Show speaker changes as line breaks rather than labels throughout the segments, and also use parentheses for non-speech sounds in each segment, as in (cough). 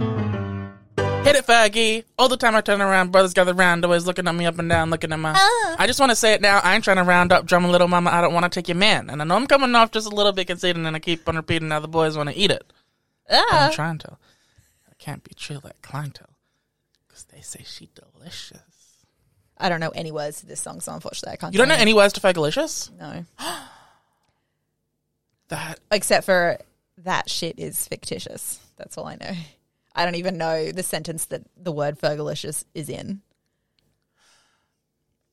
Hit it, Fergie. All the time I turn around, brothers gather round, always looking at me up and down, looking at my. I just want to say it now. I ain't trying to round up, drum a little mama. I don't want to take your man. And I know I'm coming off just a little bit conceited, and I keep on repeating how the boys want to eat it. But I'm trying to. I can't be true like clientele. Because they say she delicious.
I don't know any words to this song, so unfortunately I can't.
You don't know
sing
any words to Fergalicious?
it. No,
That.
except for that shit is fictitious. That's all I know. I don't even know the sentence that the word "fergalicious" is in.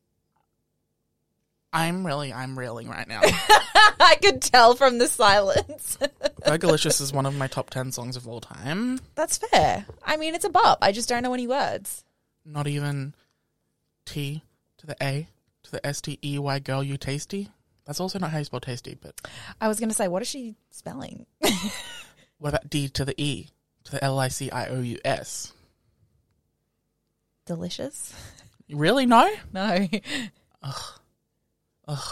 (laughs)
I'm really, I'm reeling right now.
I could tell from the silence. (laughs)
Fergalicious is one of my top 10 songs of all time.
That's fair. I mean, it's a bop. I just don't know any words.
Not even T to the A to the S T E Y girl, you tasty. That's also not how you spell tasty, but
I was going to say, what is she spelling? (laughs)
what about D to the E to the L I C I O U S?
Delicious?
Really? No? (laughs)
No.
Ugh.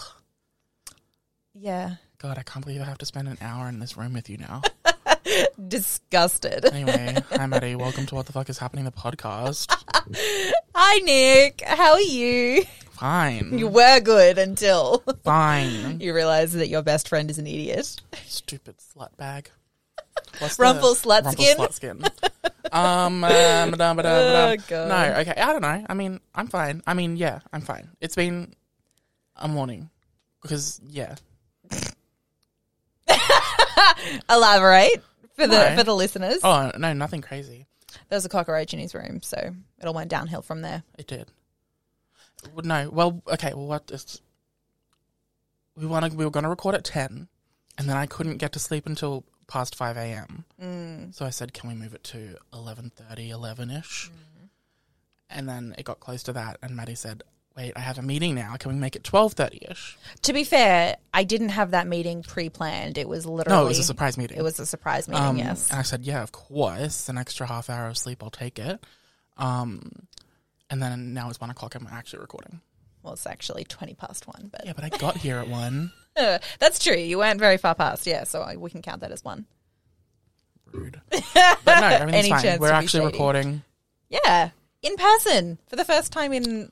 Yeah.
God, I can't believe I have to spend an hour in this room with you now.
Disgusted. (laughs)
Anyway, hi, Maddie. Welcome to What the Fuck is Happening, the podcast.
Hi, Nick. How are you? You
Fine.
were good until (laughs)
Fine.
you realize that your best friend is an idiot. (laughs)
Stupid slut bag. What's
Rumple slut skin? Oh,
Rumple slut skin.
(laughs)
um, uh, madam, madam, madam.
God.
No, okay. I don't know. I mean, I'm fine. I mean, yeah, I'm fine. It's been a morning because yeah,
Elaborate for the
No.
for the listeners.
Oh no, nothing crazy.
There was a cockroach in his room, so it all went downhill from there.
It did. Well, No, well, okay. Well, what is? We want to. We were going to record at ten, and then I couldn't get to sleep until past five a.m.
Mm.
So I said, "Can we move it to 11.30, 11 ish?"
Mm.
And then it got close to that, and Maddie said, "Wait, I have a meeting now. Can we make it twelve thirty ish?"
To be fair, I didn't have that meeting pre-planned. It was literally
No, it was a surprise meeting.
It was a surprise meeting.
Um,
yes.
And I said, yeah, of course. An extra half hour of sleep, I'll take it. Um, and then now it's one o'clock and we're actually recording.
Well, it's actually twenty past one, but
Yeah, but I got here at one.
Uh, that's true. You weren't very far past. Yeah, so I- we can count that as one.
Rude. But no,
(laughs)
I mean, it's
Any
fine.
chance
We're
to be
actually
shady.
recording.
Yeah, in person for the first time in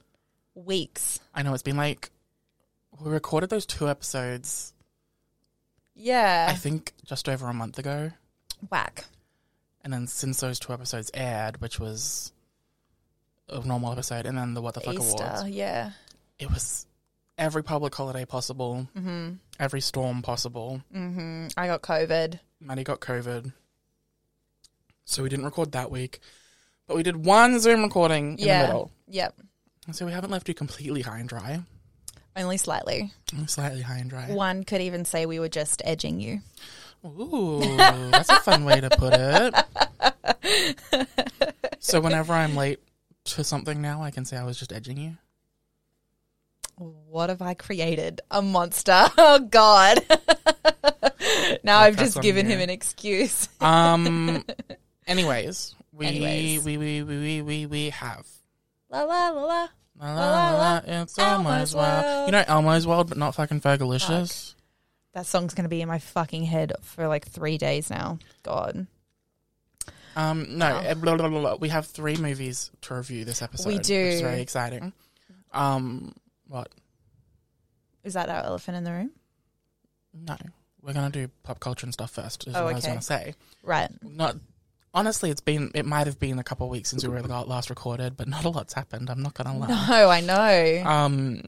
weeks.
I know it's been like, we recorded those two episodes, I
Yeah,
think just over a month ago.
whack.
And then since those two episodes aired, which was a normal episode, and then the What the Fuck
Easter.
Awards,
Yeah,
it was every public holiday possible,
Mm-hmm.
every storm possible.
hmm I got COVID.
Maddie got COVID. So we didn't record that week. But we did one Zoom recording in
yeah,
the middle.
yep.
And So we haven't left you completely high and dry.
Only slightly.
Only Slightly high and dry.
One could even say we were just edging you.
Ooh, that's a fun way to put it. So whenever I'm late to something now, I can say I was just edging you.
What have I created? A monster. (laughs) Oh God. now I've
that's
just
on
given
you.
him an excuse. (laughs)
Um anyways, we
Anyways.
we we we we we we have
la la la la.
La, la, la, la, it's Elmo's
Elmo's
World.
World.
You know Elmo's World, but not fucking Fergalicious.
That song's gonna be in my fucking head for like three days now. God.
Um, no, eh, blah, blah, blah, blah. we have three movies to review this episode.
We do.
It's very exciting. Um, what?
Is that our elephant in the room?
No, we're gonna do pop culture and stuff first. Is
Oh,
what I was
okay.
gonna say.
Right. (laughs)
Not honestly, it's been it might have been a couple of weeks since we were la- last recorded, but not a lot's happened. I'm not gonna lie.
No, I Oh, know.
Um,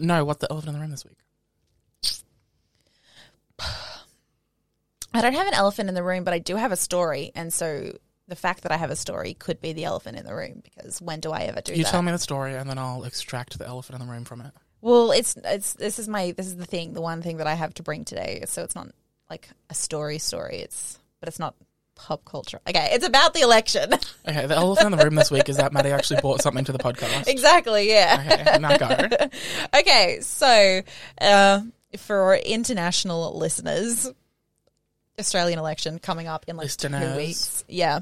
No, what the elephant in the room this week?
I don't have an elephant in the room, but I do have a story, and so the fact that I have a story could be the elephant in the room because when do I ever do
You
that?
tell me the story, and then I'll extract the elephant in the room from it.
Well, it's it's this is my this is the thing, the one thing that I have to bring today. So it's not like a story story. It's but it's not pop culture. Okay, it's about the election. (laughs)
Okay, the elephant in the room this week is that Maddie actually bought something to the podcast.
exactly. Yeah.
Okay, now go.
Okay. So uh, for our international listeners, Australian election coming up in like
Listeners.
two weeks. Yeah.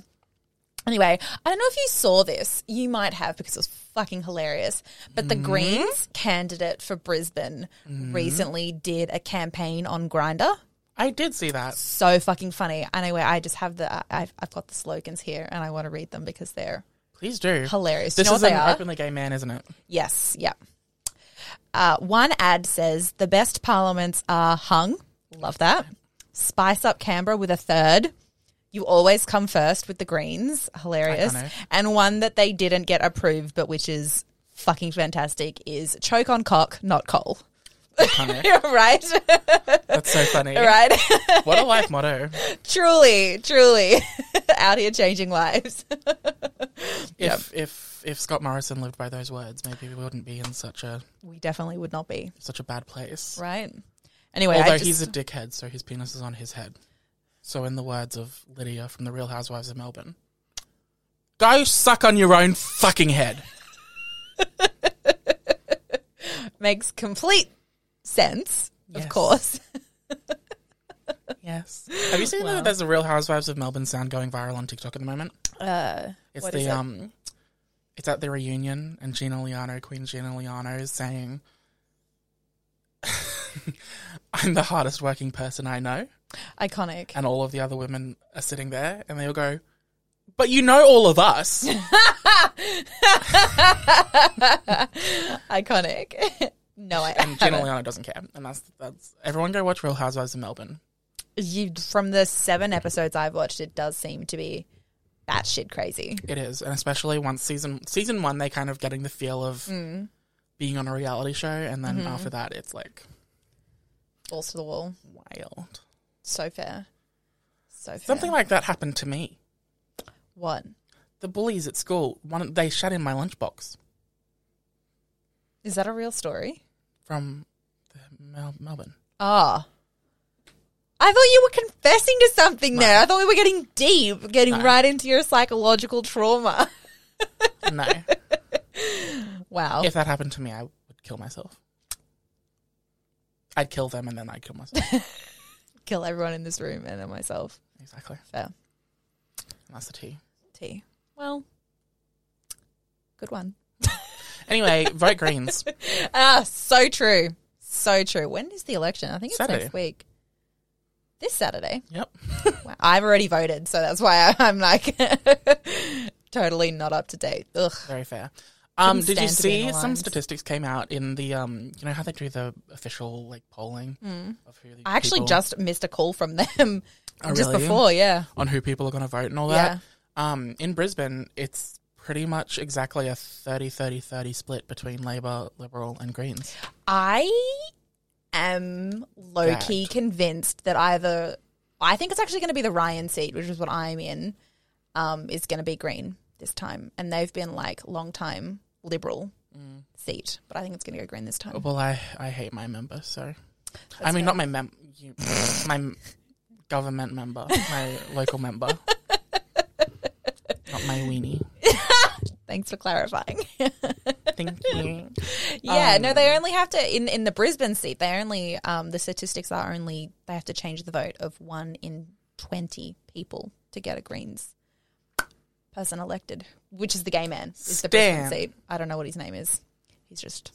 Anyway, I don't know if you saw this. You might have because it was fucking hilarious. But the Greens candidate for Brisbane recently did a campaign on Grinder.
I did see that.
So fucking funny. Anyway, I just have the I- I've, I've got the slogans here, and I want to read them because they're
Please do.
hilarious. Do you
This
know what
is
they
an
are?
openly gay man, isn't it?
Yes, yeah. Uh, one ad says the best parliaments are hung. Love that. Spice up Canberra with a third. You always come first with the Greens. Hilarious.
Iconic.
And one that they didn't get approved, but which is fucking fantastic, is choke on cock, not coal.
Iconic.
(laughs) right?
That's so funny.
(laughs) right?
What a life motto.
truly, truly (laughs) out here changing lives.
If if if Scott Morrison lived by those words, maybe we wouldn't be in such a
we definitely would not be,
such a bad place.
right? Anyway,
Although
I just,
he's a dickhead, so his penis is on his head. So, in the words of Lydia from The Real Housewives of Melbourne, go suck on your own fucking
(laughs)
head.
makes complete sense,
Yes. (laughs)
of course.
Yes. Have you seen that there's a Real Housewives of Melbourne sound going viral on TikTok at the moment?
Uh,
It's
What
the
is it?
um, it's at the reunion, and Gina Liano, Queen Gina Liano, is saying, (laughs) "I'm the hardest working person I know,"
iconic.
and all of the other women are sitting there, and they all go, "But you know all of us."
Uh, iconic. (laughs) no, I
and Gina Liano doesn't care, and that's that's everyone go watch Real Housewives of Melbourne.
you from the seven episodes I've watched, it does seem to be batshit crazy.
It is, and especially once season season one, they kind of getting the feel of being on a reality show, and then after that, it's like
Balls to the wall.
wild.
So fair. So fair.
Something like that happened to me.
what?
The bullies at school, one they shut in my lunchbox
Is that a real story?
from the Mel- Melbourne.
Ah. I thought you were confessing to something there. I thought we were getting deep, getting
No.
right into your psychological trauma. (laughs)
No,
Wow.
if that happened to me, I would kill myself. I'd kill them and then I'd kill myself.
Kill everyone in this room and then myself.
exactly.
Fair.
And that's the tea.
T. Well, good one.
Anyway, vote Greens.
Ah, so true. So true. When is the election? I think it's
Saturday.
next week. This Saturday.
Yep.
Wow. I've already voted, so that's why (laughs) I- I'm like totally not up to date. Ugh.
Very fair. Um,
Couldn't
did you
stand to be in
see
the
some
lines.
statistics came out in the um, you know how they do the official like polling of who the
Hmm. I actually
people-
just missed a call from them
Oh,
(laughs) just
really?
before, yeah.
on who people are going to vote and all that. Um, in Brisbane, it's pretty much exactly a 30 30 30 split between Labour, Liberal, and Greens.
I am low key
Fact.
convinced that either I think it's actually going to be the Ryan seat, which is what I'm in, um, is going to be green this time, and they've been like long time liberal seat, but I think it's going to go green this time.
Well, I, I hate my member, so. I mean, not my mem, you, my m- government member, my local
(laughs)
member. Not my weenie.
Thanks for clarifying.
Thank you.
yeah, no, they
Um,
only have to in in the Brisbane seat. They only um, the statistics are only they have to change the vote of one in twenty people to get a Greens person elected, which is the gay man. Is the
Stan.
Brisbane seat? I don't know what his name is. He's just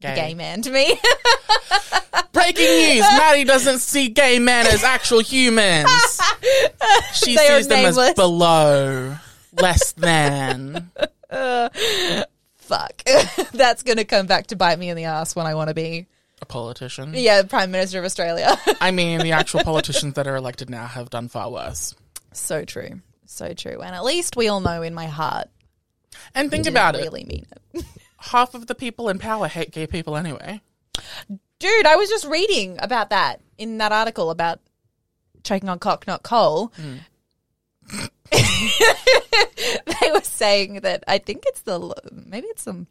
Gay.
the gay man to me. (laughs)
Breaking news Maddie doesn't see gay men as actual
(laughs)
humans. She
They are
sees them as
nameless.
below, less than.
Fuck, (laughs) that's gonna come back to bite me in the ass when I want to be
A politician.
yeah Prime Minister of Australia. (laughs)
I mean, the actual politicians that are elected now have done far worse.
so true, so true. And at least we all know in my heart.
And think
didn't
about it.
really mean it.
Half of the people in power hate gay people anyway.
Dude, I was just reading about that in that article about choking on cock, not coal.
Hmm.
(laughs) they were saying that I think it's the maybe it's some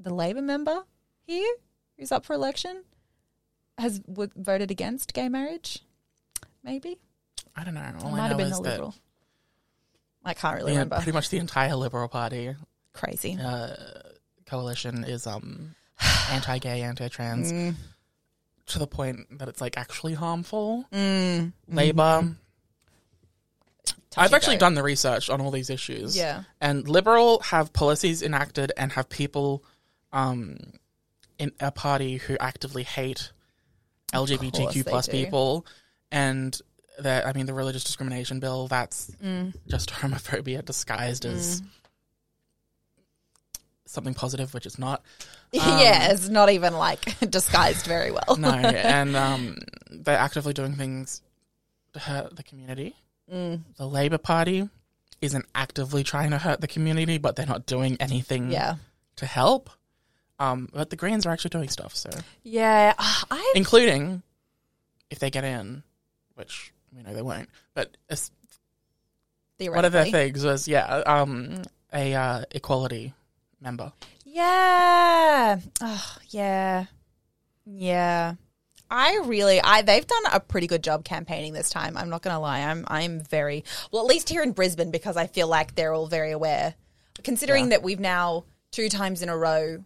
the Labour member here who's up for election has w- voted against gay marriage. Maybe
I don't know.
it
All I
might
know
have been
is
the
that
Liberal. I can't really
yeah,
remember.
pretty much the entire Liberal Party
Crazy.
uh, coalition is um, (sighs) anti-gay, anti-trans,
Mm.
to the point that it's like actually harmful.
Mm.
Labor.
Touch
I've
and
actually
go.
done the research on all these issues.
Yeah.
And Liberal have policies enacted and have people um, in a party who actively hate LGBTQ
they
plus
do.
people. And that I mean the religious discrimination bill, that's
Mm.
just (laughs) homophobia disguised as something positive, which it's not.
(laughs) yeah, it's not even like (laughs) disguised very well.
um,
(laughs)
No. and um, they're actively doing things to hurt the community.
Mm,
The Labour Party isn't actively trying to hurt the community, but they're not doing anything
Yeah.
to help. Um, but the Greens are actually doing stuff, so
Yeah. Ah, I
including if they get in, which we know they won't. But it's- one of their
theoretically.
things was yeah, um, a uh, equality member.
Yeah. Oh, yeah. Yeah. I really I they've done a pretty good job campaigning this time. I'm not going to lie. I'm I'm very well at least here in Brisbane because I feel like they're all very aware. Considering that we've now two times in a row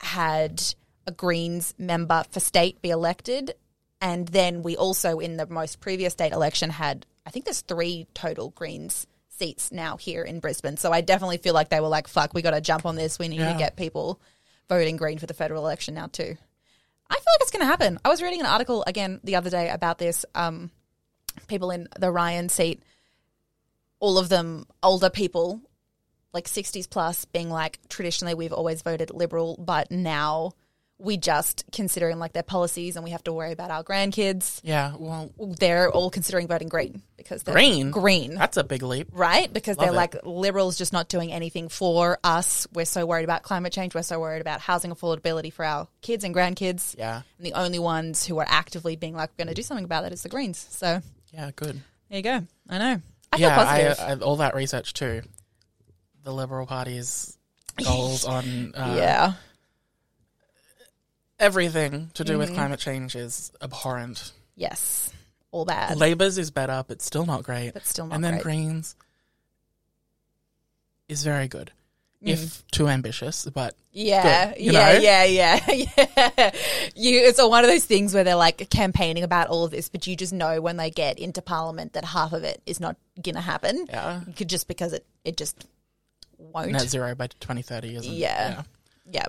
had a Greens member for state be elected and then we also in the most previous state election had I think there's three total Greens seats now here in Brisbane. So I definitely feel like they were like fuck, we got to jump on this. We need
Yeah.
to get people voting green for the federal election now too. I feel like it's going to happen. I was reading an article again the other day about this. Um, people in the Ryan seat, all of them older people, like 60s plus, being like, traditionally we've always voted liberal, but now we just considering like their policies and we have to worry about our grandkids.
Yeah, well,
They're all considering voting green because they're
Green?
Green
that's a big leap.
right? Because
Love
they're
it.
like liberals just not doing anything for us. We're so worried about climate change. We're so worried about housing affordability for our kids and grandkids.
Yeah,
And the only ones who are actively being like, we're going to do something about that is the Greens. So
yeah, good.
there you go. I know. I
yeah,
feel positive.
I, uh, I, all that research too. The Liberal
(laughs)
Party's goals on uh,
yeah.
everything to do with
Mm-hmm.
climate change is abhorrent.
Yes. All bad.
Labour's is better, but still not great.
But still not
And then
great.
Greens is very good,
Mm.
if too ambitious. But
Yeah,
Good, you
yeah,
know?
yeah, yeah, (laughs) yeah. You, it's a- one of those things where they're like campaigning about all of this, but you just know when they get into parliament that half of it is not gonna happen.
Yeah.
You could- just because it it just won't.
net zero by 2030 isn't.
Yeah. yeah.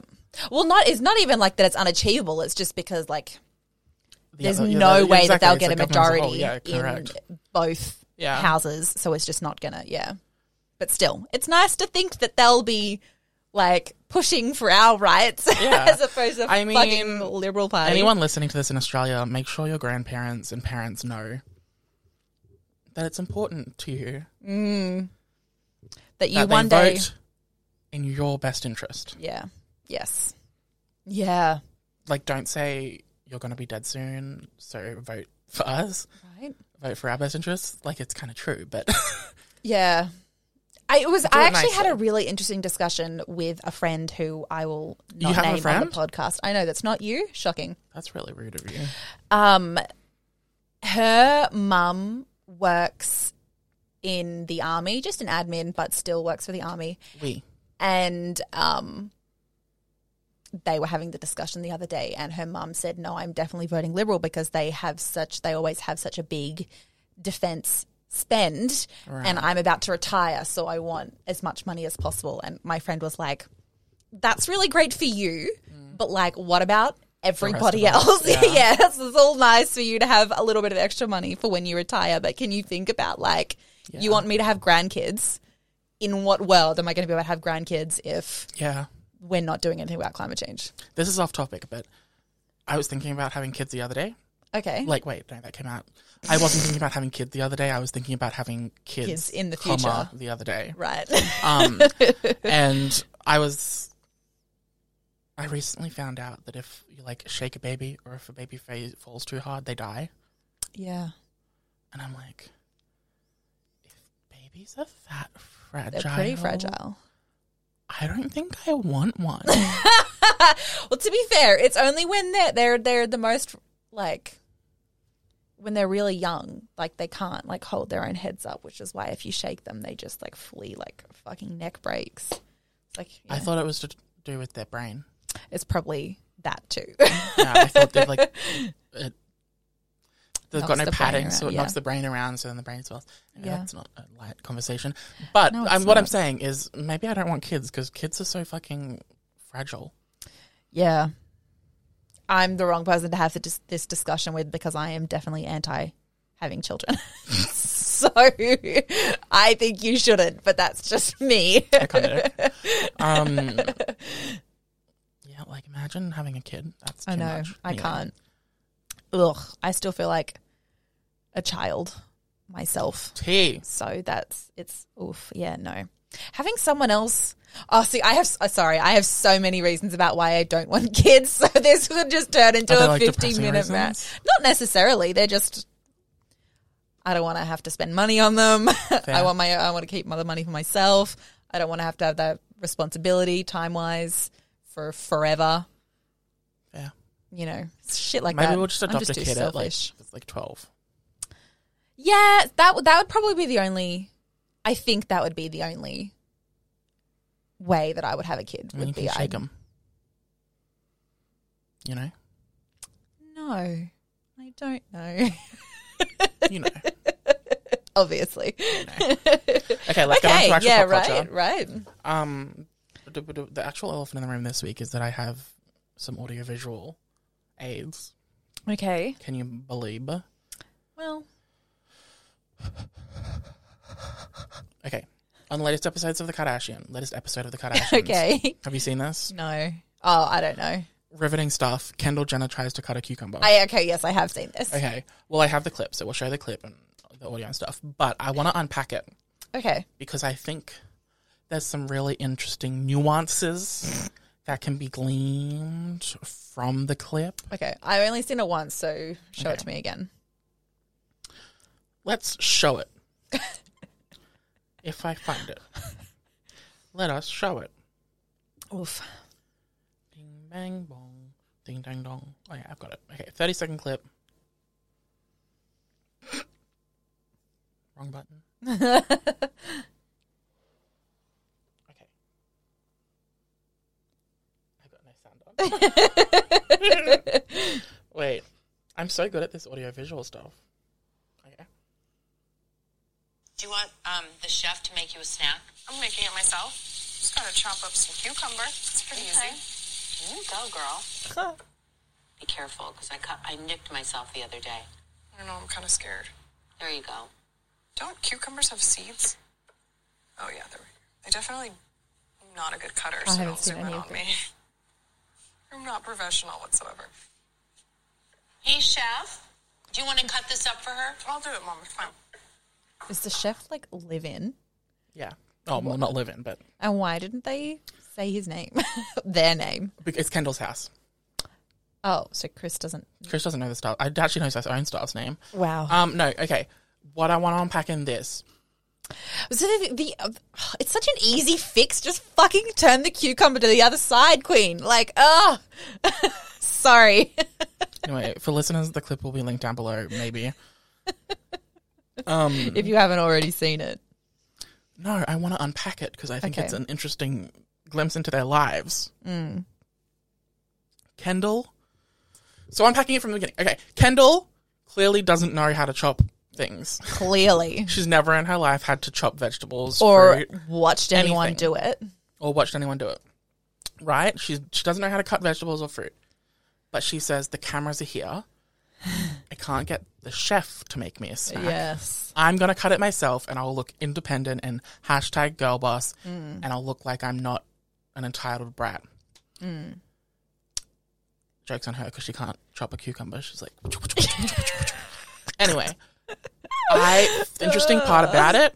Well, not it's not even like that. It's unachievable. It's just because like
The
there's
other- yeah,
no
the- yeah,
way that
exactly,
they'll
it's
get a
the government as
majority
whole. oh, Yeah, correct.
in both
Yeah.
houses, so it's just not gonna. Yeah, but still, it's nice to think that they'll be like pushing for our rights (laughs)
Yeah.
as opposed to
I
fucking
mean,
liberal party.
Anyone listening to this in Australia, make sure your grandparents and parents know that it's important to you
that you
that
one
they
day,
vote in your best interest.
yeah, yes, yeah,
Like, don't say you're going to be dead soon, so vote for us,
right,
vote for our best interests. Like, it's kind of true, but (laughs)
yeah. I it was. I
it
actually had a
nicely.
really interesting discussion with a friend who I will
You
not
have a
name on the
friend?
podcast. I know that's not you. Shocking.
that's really rude of you.
Um, her mum works in the army, just an admin, but still works for the army.
We.
And um, they were having the discussion the other day, and her mum said, "No, I'm definitely voting liberal because they have such, they always have such a big defense." spend and I'm about to retire so I want as much money as possible and my friend was like that's really great for you, but like, what about everybody
us,
else? (laughs)
yeah.
Yeah, yes, it's all nice for you to have a little bit of extra money for when you retire, but can you think about like, you want me to have grandkids? In what world am I going to be able to have grandkids if
Yeah.
we're not doing anything about climate change?
This is off topic, but I was thinking about having kids the other day.
Okay,
Like, wait, no, that came out. I wasn't thinking about having kids the other day. I was thinking about having kids,
Kids in the
comma, (laughs) Um, the other day.
right.
Um, and I was I recently found out that if you like shake a baby or if a baby fa- falls too hard, they die.
Yeah.
And I'm like, if babies are that fragile,
They're pretty fragile.
I don't think I want one. (laughs)
Well, to be fair, it's only when they're they're they're the most like when they're really young, like they can't like hold their own heads up, which is why if you shake them, they just like flee like fucking neck breaks. It's Like
I
yeah,
thought it was to do with their brain.
it's probably that too. (laughs)
Yeah, I thought they've like (laughs) it, they've
Knocks
got no
the brain
padding,
around,
so it
yeah.
knocks the brain around, so then the brain swells. Anyway,
Yeah.
that's not a light conversation. But
No,
I'm,
it's
what I'm
not.
saying is maybe I don't want kids because kids are so fucking fragile.
yeah, I'm the wrong person to have the dis- this discussion with because I am definitely anti having children. (laughs) so (laughs) I think you shouldn't, but that's just me. (laughs)
I kind of um, yeah, like imagine having a kid. That's too
I know.
much.
I
Yeah.
can't. Ugh. I still feel like a child myself.
Tea.
So that's it's oof. Yeah, no. Having someone else. Oh, see, I have. s- uh, Sorry, I have so many reasons about why I don't (laughs) want kids. So this could just turn into
Are they,
a
like, depressing
fifteen-minute rant.
reasons?
Not necessarily. They're just. I don't want to have to spend money on them. (laughs) I want my. I want to keep my money for myself. I don't want to have to have that responsibility, time-wise, for forever
Yeah.
you know, shit like
Maybe
that.
we'll just
I'm
adopt a
too
kid at like,
selfish.
like 12.
yeah, that would that would probably be the only. I think that would be the only way that I would have a kid.
And then you
Would
can
be
shake
I (laughs)
them. You know?
no, I don't know. (laughs)
You know.
Obviously,
Okay, let's get on
okay,
to actual
yeah,
pop culture.
right, right.
Um, the, the the actual elephant in the room this week is that I have some audiovisual aids.
Okay,
Can you believe?
well,
Okay. On the latest episodes of The Kardashian, latest episode
(laughs)
of The Kardashians.
okay,
Have you seen this?
no. Oh, I don't know.
Riveting stuff. Kendall Jenner tries to cut a cucumber.
I okay, yes, I have seen this.
okay. Well, I have the clip, so we'll show the clip and the audio and stuff. But I want to unpack it
Okay,
because I think there's some really interesting nuances that can be gleaned from the clip.
okay. I only seen it once, so show it to me again.
Let's show it. if I find it, let us show it.
Oof.
Ding bang bong, ding dang dong. Oh yeah, I've got it. Okay, thirty second clip. Wrong button. okay. I've got no sound on. Wait, I'm so good at this audio visual stuff. Okay.
Do you want um, the chef to make you a snack?
I'm making it myself. Just gotta chop up some cucumber. It's pretty
Okay.
easy.
Here you go, girl. Be careful, because I cut, I nicked myself the other day.
I don't know. I'm kind of scared.
There you go.
Don't cucumbers have seeds? Oh yeah, they're they definitely I'm not a good cutter. So
haven't
don't
seen
zoom
any
in
of
on me. (laughs) I'm not professional whatsoever.
Hey, chef. Do you want to cut this up for her?
I'll do it, Mom. It's fine.
Is the chef like live in? (laughs)
Yeah. Oh, well, not live in, but
And why didn't they say his name? (laughs) Their name.
it's Kendall's house.
Oh, so Chris doesn't. Uh,
Chris doesn't know the star. I actually knows his own star's name.
Wow.
Um, no, okay. What I want to unpack in this,
so the, the uh, it's such an easy fix. Just fucking turn the cucumber to the other side, Queen. Like, oh, (laughs) sorry. (laughs)
anyway, for listeners, the clip will be linked down below. Maybe. Um,
if you haven't already seen it,
no, I want to unpack it because I think
Okay. Mm.
it's an interesting glimpse into their lives. Kendall. So unpacking it from the beginning. Okay, Kendall clearly doesn't know how to chop things.
clearly,
She's never in her life had to chop vegetables
or
fruit,
watched anyone
anything.
do it.
or watched anyone do it. Right? She she doesn't know how to cut vegetables or fruit. But she says the cameras are here. I can't get the chef to make me a snack.
Yes.
I'm gonna cut it myself and I'll look independent and hashtag girl boss and I'll look like I'm not an entitled brat. Joke's on her because she can't chop a cucumber. She's like Anyway. I the interesting part about it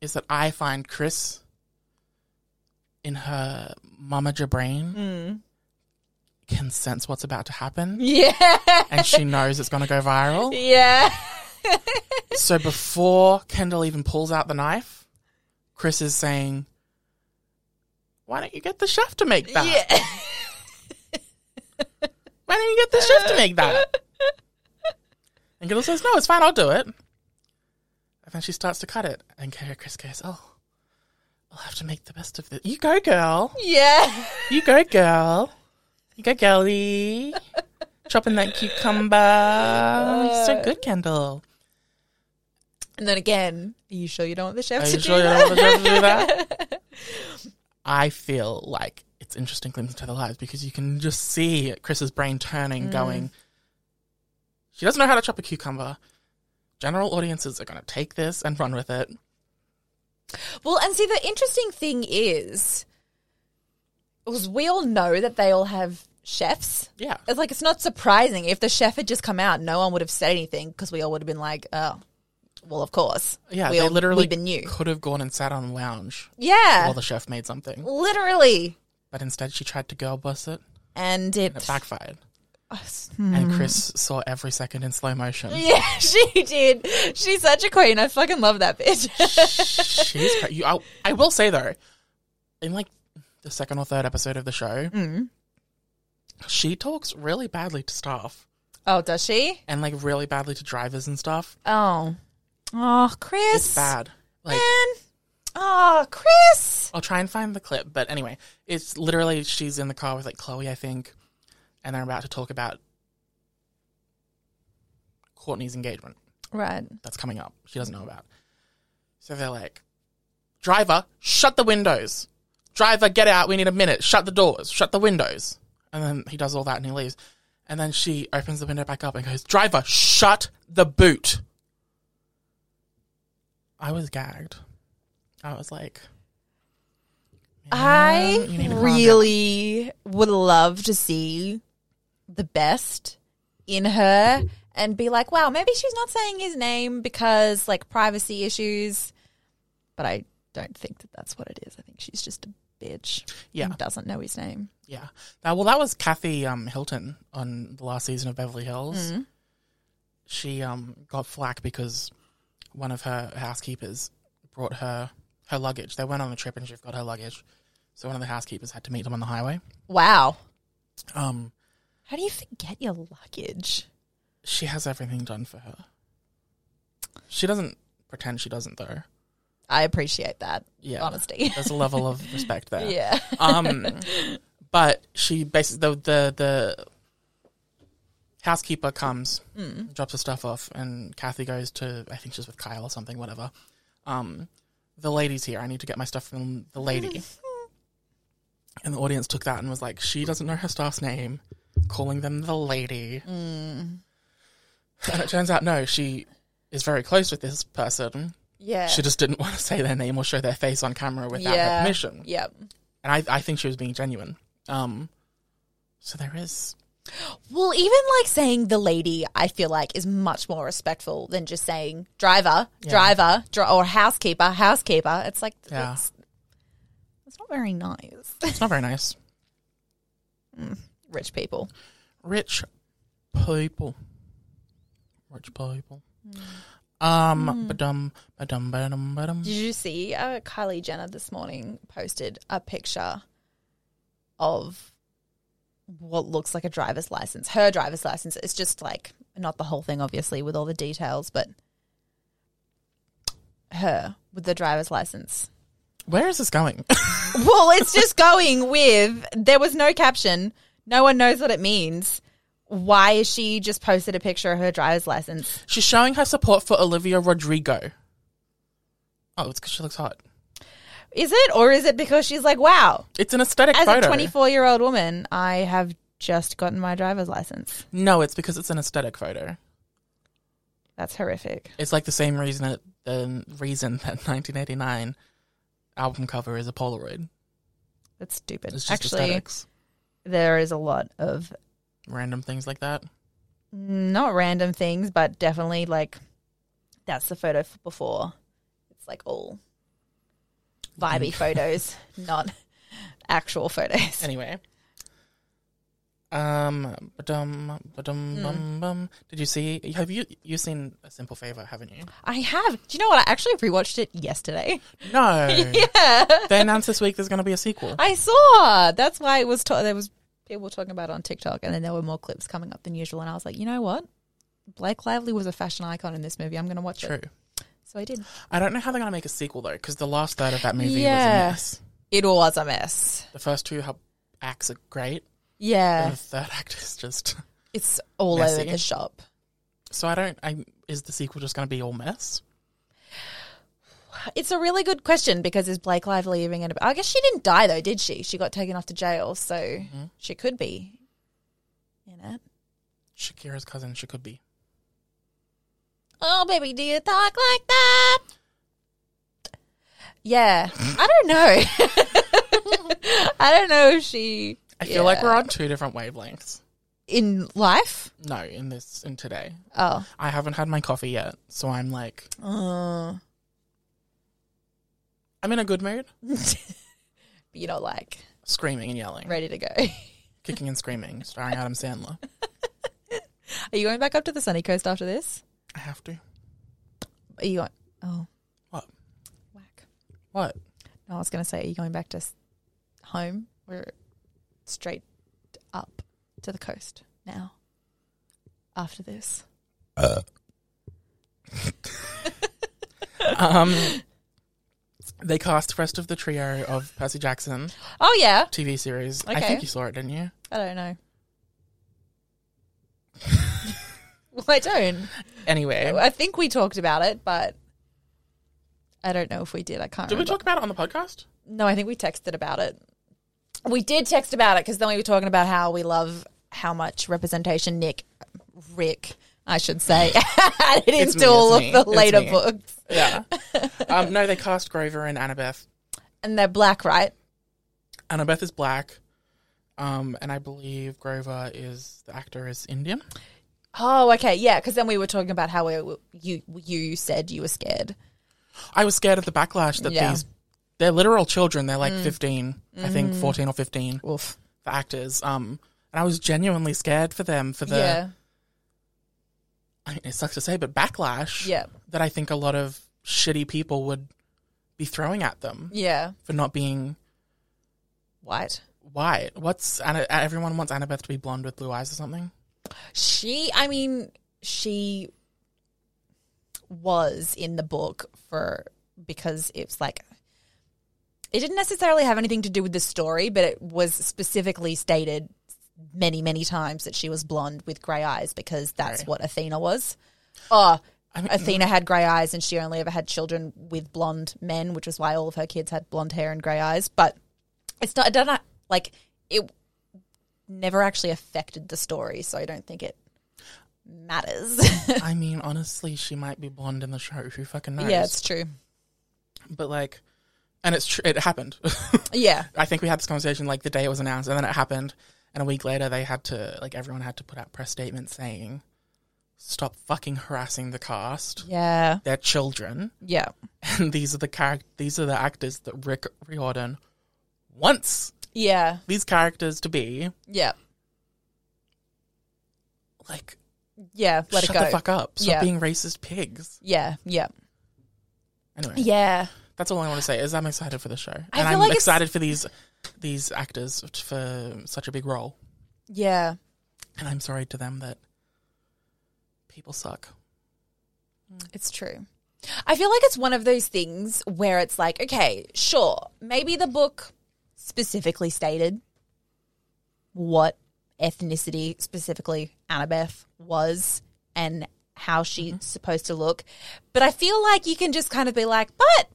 is that I find Chris in her mama brain can sense what's about to
(laughs)
happen
Yeah.
and she knows it's going to go viral.
Yeah.
So before Kendall even pulls out the knife, Chris is saying, Why don't you get the chef to make that?
Yeah.
Why don't you get the chef to make that? And Kendall says, No, it's fine, I'll do it. And then she starts to cut it. And Chris goes, Oh, I'll have to make the best of this. You go, girl.
Yeah.
You go, girl. You go, girly. Chopping that cucumber. You're so good, Kendall.
And then again, are you sure you don't want the chef
Are
to
you
do
sure you
that?
don't want to do that? (laughs) I feel like it's interesting glimpse into their lives because you can just see Chris's brain turning, going, she doesn't know how to chop a cucumber. General audiences are going to take this and run with it.
Well, and see, the interesting thing is, was we all know that they all have chefs.
Yeah.
It's like, it's not surprising. If the chef had just come out, no one would have said anything because we all would have been like, oh, well, of course.
Yeah,
we
they
all,
literally
we've been new.
could have gone and sat on a lounge
Yeah.
while the chef made something,
literally.
but instead she tried to girl boss it
And
and
it.
it backfired. And Chris saw every second in slow motion.
(laughs) Yeah, (laughs) she did. She's such a queen. I fucking love that bitch. (laughs)
She's cra- you, I, I will say though, in like the second or third episode of the show, she talks really badly to staff
Oh, does she?
and like really badly to drivers and stuff.
Oh. Oh, Chris.
It's bad. Like
Man. Oh, Chris.
I'll try and find the clip, but anyway, it's literally she's in the car with like Chloe, I think, and they're about to talk about Courtney's engagement.
Right.
that's coming up. She doesn't know about. So they're like, driver, shut the windows. Driver, get out. We need a minute. Shut the doors. Shut the windows. And then he does all that and he leaves. And then she opens the window back up and goes, driver, shut the boot. I was gagged. I was like,
I
Um, you need to calm down.
really would love to see the best in her and be like, wow, maybe she's not saying his name because like privacy issues. But I don't think that that's what it is. I think she's just a bitch.
Yeah.
And doesn't know his name.
Yeah. Now, well, that was Kathy um, Hilton on the last season of Beverly Hills. She um, got flack because one of her housekeepers brought her her luggage. They went on a trip and she forgot her luggage. So one of the housekeepers had to meet them on the highway.
Wow.
Um,
How do you forget your luggage?
she has everything done for her. She doesn't pretend she doesn't, though.
I appreciate that.
Yeah.
Honesty. (laughs)
There's a level of respect there.
yeah.
Um, but she basically the the, the housekeeper comes, drops her stuff off, and Kathy goes to I think she's with Kyle or something, whatever. Um, the lady's here. I need to get my stuff from the lady. and the audience took that and was like, she doesn't know her staff's name, calling them the lady. And it turns out no, she is very close with this person.
Yeah.
She just didn't (laughs) want to say their name or show their face on camera without her permission
Yep.
and I, I think she was being genuine. Um, so there is,
Well, even like saying the lady, I feel like is much more respectful than just saying driver, driver, dri- or housekeeper, housekeeper. It's like
Yeah.
it's, it's not very nice. (laughs)
it's not very nice.
Rich people.
Rich people, rich people.
Hmm.
Um, ba-dum, ba-dum, ba-dum, ba-dum.
Did you see uh, Kylie Jenner this morning posted a picture of what looks like a driver's license? Her driver's license. It's just like not the whole thing, obviously, with all the details, but her with the driver's license.
Where is this going? (laughs)
Well, it's just going with there was no caption. No one knows what it means. Why is she just posted a picture of her driver's license?
She's showing her support for Olivia Rodrigo. Oh, it's because she looks hot.
Is it or is it because she's like, wow,
It's an aesthetic
as a
photo.
24 year old woman, I have just gotten my driver's license.
no, it's because it's an aesthetic photo.
That's horrific.
It's like the same reason that the reason (laughs) that 1989 album cover is a Polaroid.
That's stupid.
It's just
Actually,
aesthetics.
there is a lot of
Random things like that.
not random things, but definitely like that's the photo f- before. It's like all (laughs) vibey photos, not actual photos.
Anyway, Um, ba-dum, ba-dum,
Hmm.
bum, bum. Did you see? Have you you seen A Simple Favor? Haven't you?
I have. Do you know what? I actually rewatched it yesterday.
No.
(laughs) Yeah,
They announced this week there's going to be a sequel.
I saw. That's why it was. Ta- there was people talking about it on TikTok, and then there were more clips coming up than usual. And I was like, you know what? Blake Lively was a fashion icon in this movie. I'm going to watch
True.
it. So I did.
I don't know how they're going to make a sequel though, because the last third of that movie was a
Yeah.
mess.
It was a mess.
The first two hub- acts are great, and
Yeah,
the third (laughs) act is just.
it's all
Messy.
over the shop.
So I don't. I is the sequel just going to be all mess?
It's a really good question because is Blake Lively even going to? I guess she didn't die though, did she? She got taken off to jail, so she could be in it.
Shakira's cousin, she could be.
Oh, baby, do you talk like that? Yeah, I don't know. (laughs) I don't know if she
I feel like
Yeah.
we're on two different wavelengths.
in life.
No, in this, in today,
Oh,
I haven't had my coffee yet, so I'm like,
Uh,
I'm in a good mood,
you know, like
screaming and yelling,
ready to go. (laughs) Are
kicking and screaming, starring Adam Sandler.
you going back up to the sunny coast after this?
I have to.
Are you? Going, oh,
What?
whack.
What?
No, I was going to say, are you going back to s- home or straight up to the coast now? After this,
Um, they cast the rest of the trio of Percy Jackson
oh yeah,
TV series. I
Okay.
think you saw it, didn't you?
I don't know. (laughs) well, I don't.
Anyway,
I think we talked about it, but I don't know if we did. I can't.
did we
remember.
talk about it on the podcast?
No, I think we texted about it. We did text about it because then we were talking about how we love how much representation Nick, Rick, I should say, (laughs) added
It's
into
me,
all of
it's me,
the
it's
later
me.
books.
(laughs) Yeah. um, no, they cast Grover and Annabeth.
And they're black, right?
Annabeth is black, um, and I believe Grover is the actor is Indian.
Oh, okay, yeah. Because then we were talking about how we, you you said you were scared.
I was scared of the backlash that
Yeah. Mm.
these they're literal children. They're like 15, I think 14 or 15. Oof. The actors. Um and I was genuinely scared for them for the
yeah,
I mean, it sucks to say but backlash
Yeah.
that I think a lot of shitty people would be throwing at them
yeah.
for not being
White.
white. What's Anna, uh, everyone wants Annabeth to be blonde with blue eyes or
(laughs)
something?
She, I mean, she was in the book for because it's like it didn't necessarily have anything to do with the story, but it was specifically stated many, many times that she was blonde with grey eyes because that's
Right.
what Athena was. Oh,
I mean, mm-hmm.
Athena had grey eyes and she only ever had children with blonde men, which was why all of her kids had blonde hair and grey eyes. But it's not, I don't know, like, it never actually affected the story, so I don't think it matters. (laughs)
I mean honestly, she might be blonde in the show. Who fucking knows?
yeah, it's true.
but like and it's tr- it happened. (laughs)
Yeah.
I think we had this conversation like the day it was announced, and then it happened. And a week later, they had to like everyone had to put out press statements saying, "Stop fucking harassing the cast.
Yeah.
They're children, (laughs)
Yeah.
and these are the character. These are the actors that Rick Riordan wants
Yeah.
these characters to be.
Yeah.
Like,
Yeah. Let
shut
it go.
the fuck up. Stop
Yeah.
being racist pigs.
Yeah. Yeah.
Anyway,
Yeah.
that's all I want to say. Is I'm excited for the show, and
I feel
I'm
like it's-
excited for these these actors for such a big role.
Yeah.
And I'm sorry to them that people suck.
It's true. I feel like it's one of those things where it's like, okay, sure, maybe the book specifically stated what ethnicity, specifically Annabeth, was and how she's supposed to look. But I feel like you can just kind of be like, but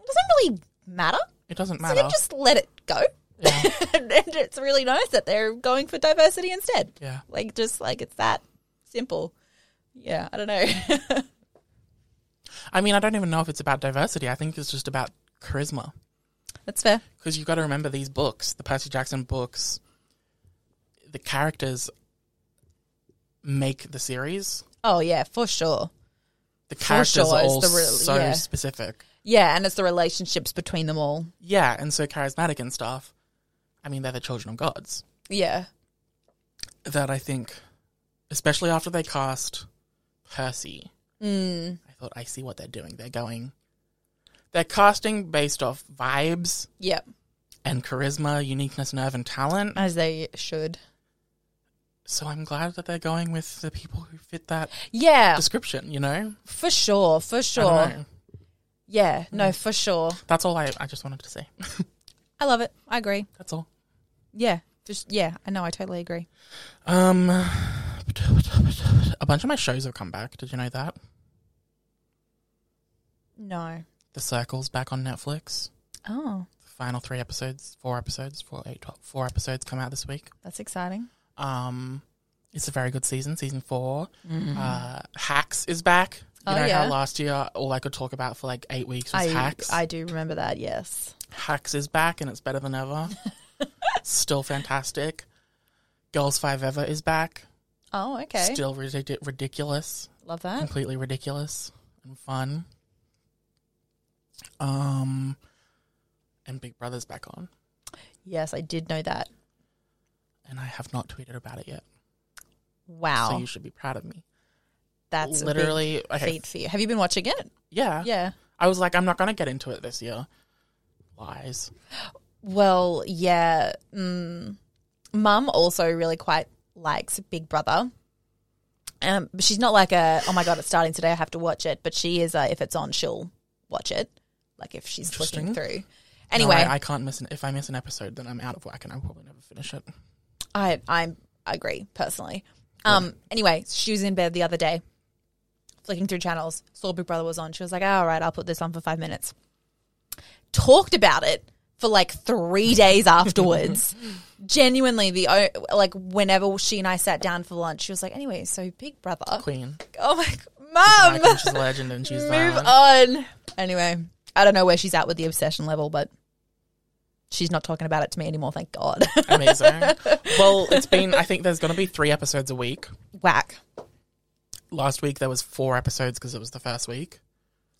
it doesn't really matter.
It doesn't
So
matter.
then just let it go. (laughs) and it's really nice that they're going for diversity instead.
Yeah.
Like, just like it's that simple. Yeah, I don't know. (laughs)
I mean, I don't even know if it's about diversity. I think it's just about charisma.
That's fair.
Because you've got to remember these books, the Percy Jackson books, the characters make the series.
Oh yeah, for sure.
The characters
sure,
are
it's
all
the real-
so
yeah.
specific.
Yeah, and it's the relationships between them all.
Yeah, and so charismatic and stuff. I mean, they're the children of gods.
Yeah.
that I think, especially after they cast Percy,
Mm.
I thought, I see what they're doing. They're going, they're casting based off vibes
Yep.
and charisma, uniqueness, nerve, and talent.
As they should.
So I'm glad that they're going with the people who fit that
Yeah,
description, you know?
for sure, for
I don't
sure.
know.
Yeah, no, for sure.
That's all I, I just wanted to say.
Mm. I love it. I agree.
That's all.
Yeah, just yeah. I know. I totally agree.
Um, a bunch of my shows have come back. Did you know that?
No.
The Circle's back on Netflix.
Oh,
The final three episodes, four episodes, four, eight, twelve, four episodes come out this week.
that's exciting.
Um, it's a very good season, season 4 Uh, Hacks is back. You
Mm. Oh,
know
yeah.
how last year all I could talk about for like eight weeks was
I
Hacks.
I do remember that. Yes.
Hacks is back and it's better than
(laughs)
ever. Still fantastic. Girls Five Ever is back.
Oh, okay. Oh.
Still ridic- ridiculous.
love that.
completely ridiculous and fun. Um, and Big Brother's back on,
(laughs) Yes, I did know that.
and I have not tweeted about it yet.
Wow,
So you should be proud of me.
that's literally
literally,
a big
okay,
feat for you. Have you been watching it?
yeah,
Yeah.
I was like, I'm not gonna get into it this year. Lies.
Well, yeah. Mm. Mum also really quite likes Big Brother. Um, but she's not like a oh my god, it's starting today. I have to watch it. But she is a if it's on, she'll watch it. Like if she's flicking
Interesting.
through.
No,
Anyway,
I, I can't miss an. If I miss an episode, then I'm out of whack, and I'll probably never finish it.
I I agree personally. Um. Anyway, she was in bed the other day, flicking through channels. Saw Big Brother was on. She was like, "All right, I'll put this on for five minutes." Talked about it for like three days afterwards. Genuinely, the o- like whenever she and I sat down for lunch, she was like, "Anyway, so Big Brother." (laughs)
Queen,
Oh my,
Like,
mom,
and she's a legend, and she's
move
that.
on. Anyway, I don't know where she's at with the obsession level, but she's not talking about it to me anymore. Thank God. (laughs)
Amazing. well, it's been. I think there's gonna be three episodes a week.
Whack.
Last week there was four episodes because it was the first week.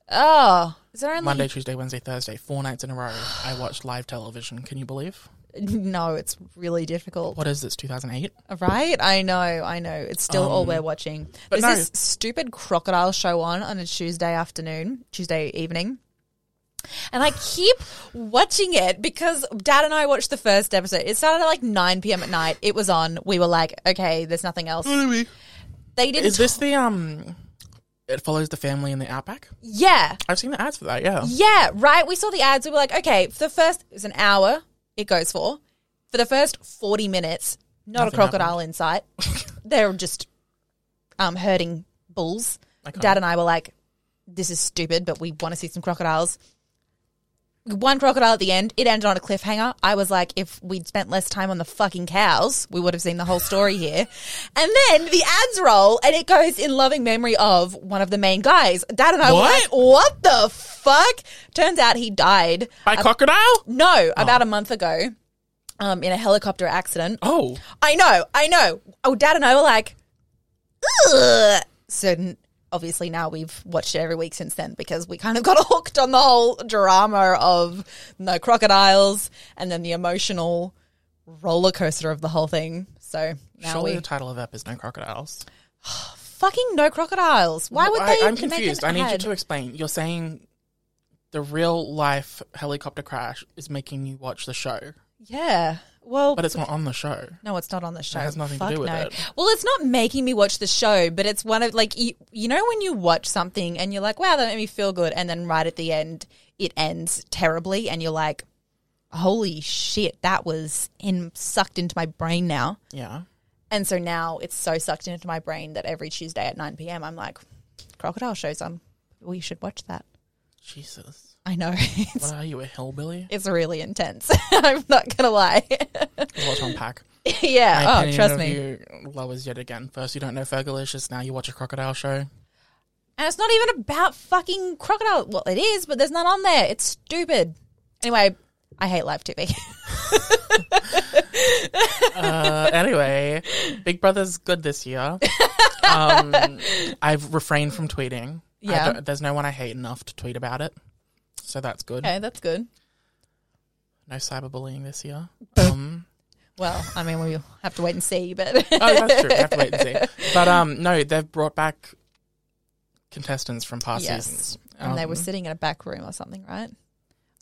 Oh, is there only
Monday, Tuesday, Wednesday, Thursday, four nights in a row. I watched live television. Can you believe?
No, it's really difficult.
What is this? Two thousand eight.
Right? I know, I know. It's still all we're watching.
Um, but
There's
no.
this stupid crocodile show on on a Tuesday afternoon, Tuesday evening. And I keep watching it because Dad and I watched the first episode. It started at like 9 p.m. at night. It was on. We were like, okay, there's nothing else. They didn't.
Mm, Is this the um? It follows the family in the outback.
yeah.
I've seen the ads for that. Yeah.
Yeah, right. We saw the ads. We were like, okay, for the first, it was an hour it goes for. For the first 40 minutes, not
Nothing
a crocodile in sight. (laughs) They're just um, herding bulls.
Okay.
Dad and I were like, this is stupid, but we want to see some crocodiles. One crocodile at the end, it ended on a cliffhanger. I was like, if we'd spent less time on the fucking cows, we would have seen the whole story here. (laughs) And then the ads roll and it goes in loving memory of one of the main guys. Dad and I were
What?
like, what the fuck? Turns out he died.
By crocodile.
No, about a month ago um, in a helicopter accident.
Oh,
I know, I know. Oh, Dad and I were like, Ugh. so n- obviously now we've watched it every week since then because we kind of (laughs) got hooked on the whole drama of no crocodiles and then the emotional roller coaster of the whole thing. So now
surely
we
the title of ep is no crocodiles.
fucking no crocodiles. Why would they?
I, am
make an
confused. I need you
ad?
to explain. You're saying the real life helicopter crash is making you watch the show,
Yeah. Well,
but it's not on the show.
No, it's not on the show.
has nothing to
Fuck
do with
no.
it.
Well, it's not making me watch the show, but it's one of like you, you know when you watch something and you're like, wow, that made me feel good, and then right at the end it ends terribly, and you're like, holy shit, that was in sucked into my brain now,
Yeah.
and so now it's so sucked into my brain that every Tuesday at nine p.m. I'm like, crocodile shows on, we should watch that.
Jesus.
I know (laughs) it's
What are you, a (laughs) hillbilly?
it's really intense. (laughs) I'm not gonna lie. (laughs)
A lot to (laughs) unpack. My
yeah. Oh,
opinion
trust
of
me.
you lowers yet again. First, you don't know Fergalicious. Now you watch a crocodile show.
And it's not even about fucking crocodile. Well, it is, but there's none on there. It's stupid. Anyway, I hate live (laughs) TV.
Uh, (laughs) anyway, Big Brother's good this (laughs) year. Um, I've refrained from tweeting. I
Yeah.
don't- there's no one I hate enough to tweet about it. So that's good.
okay, that's good.
(laughs) No cyberbullying this year. Um,
Well, I mean, we'll have to wait and see, (laughs) but
Oh, that's true. We have to wait and see. But um, no, they've brought back contestants from past
yes.
seasons,
And they were
Um,
sitting in a back room or something, right?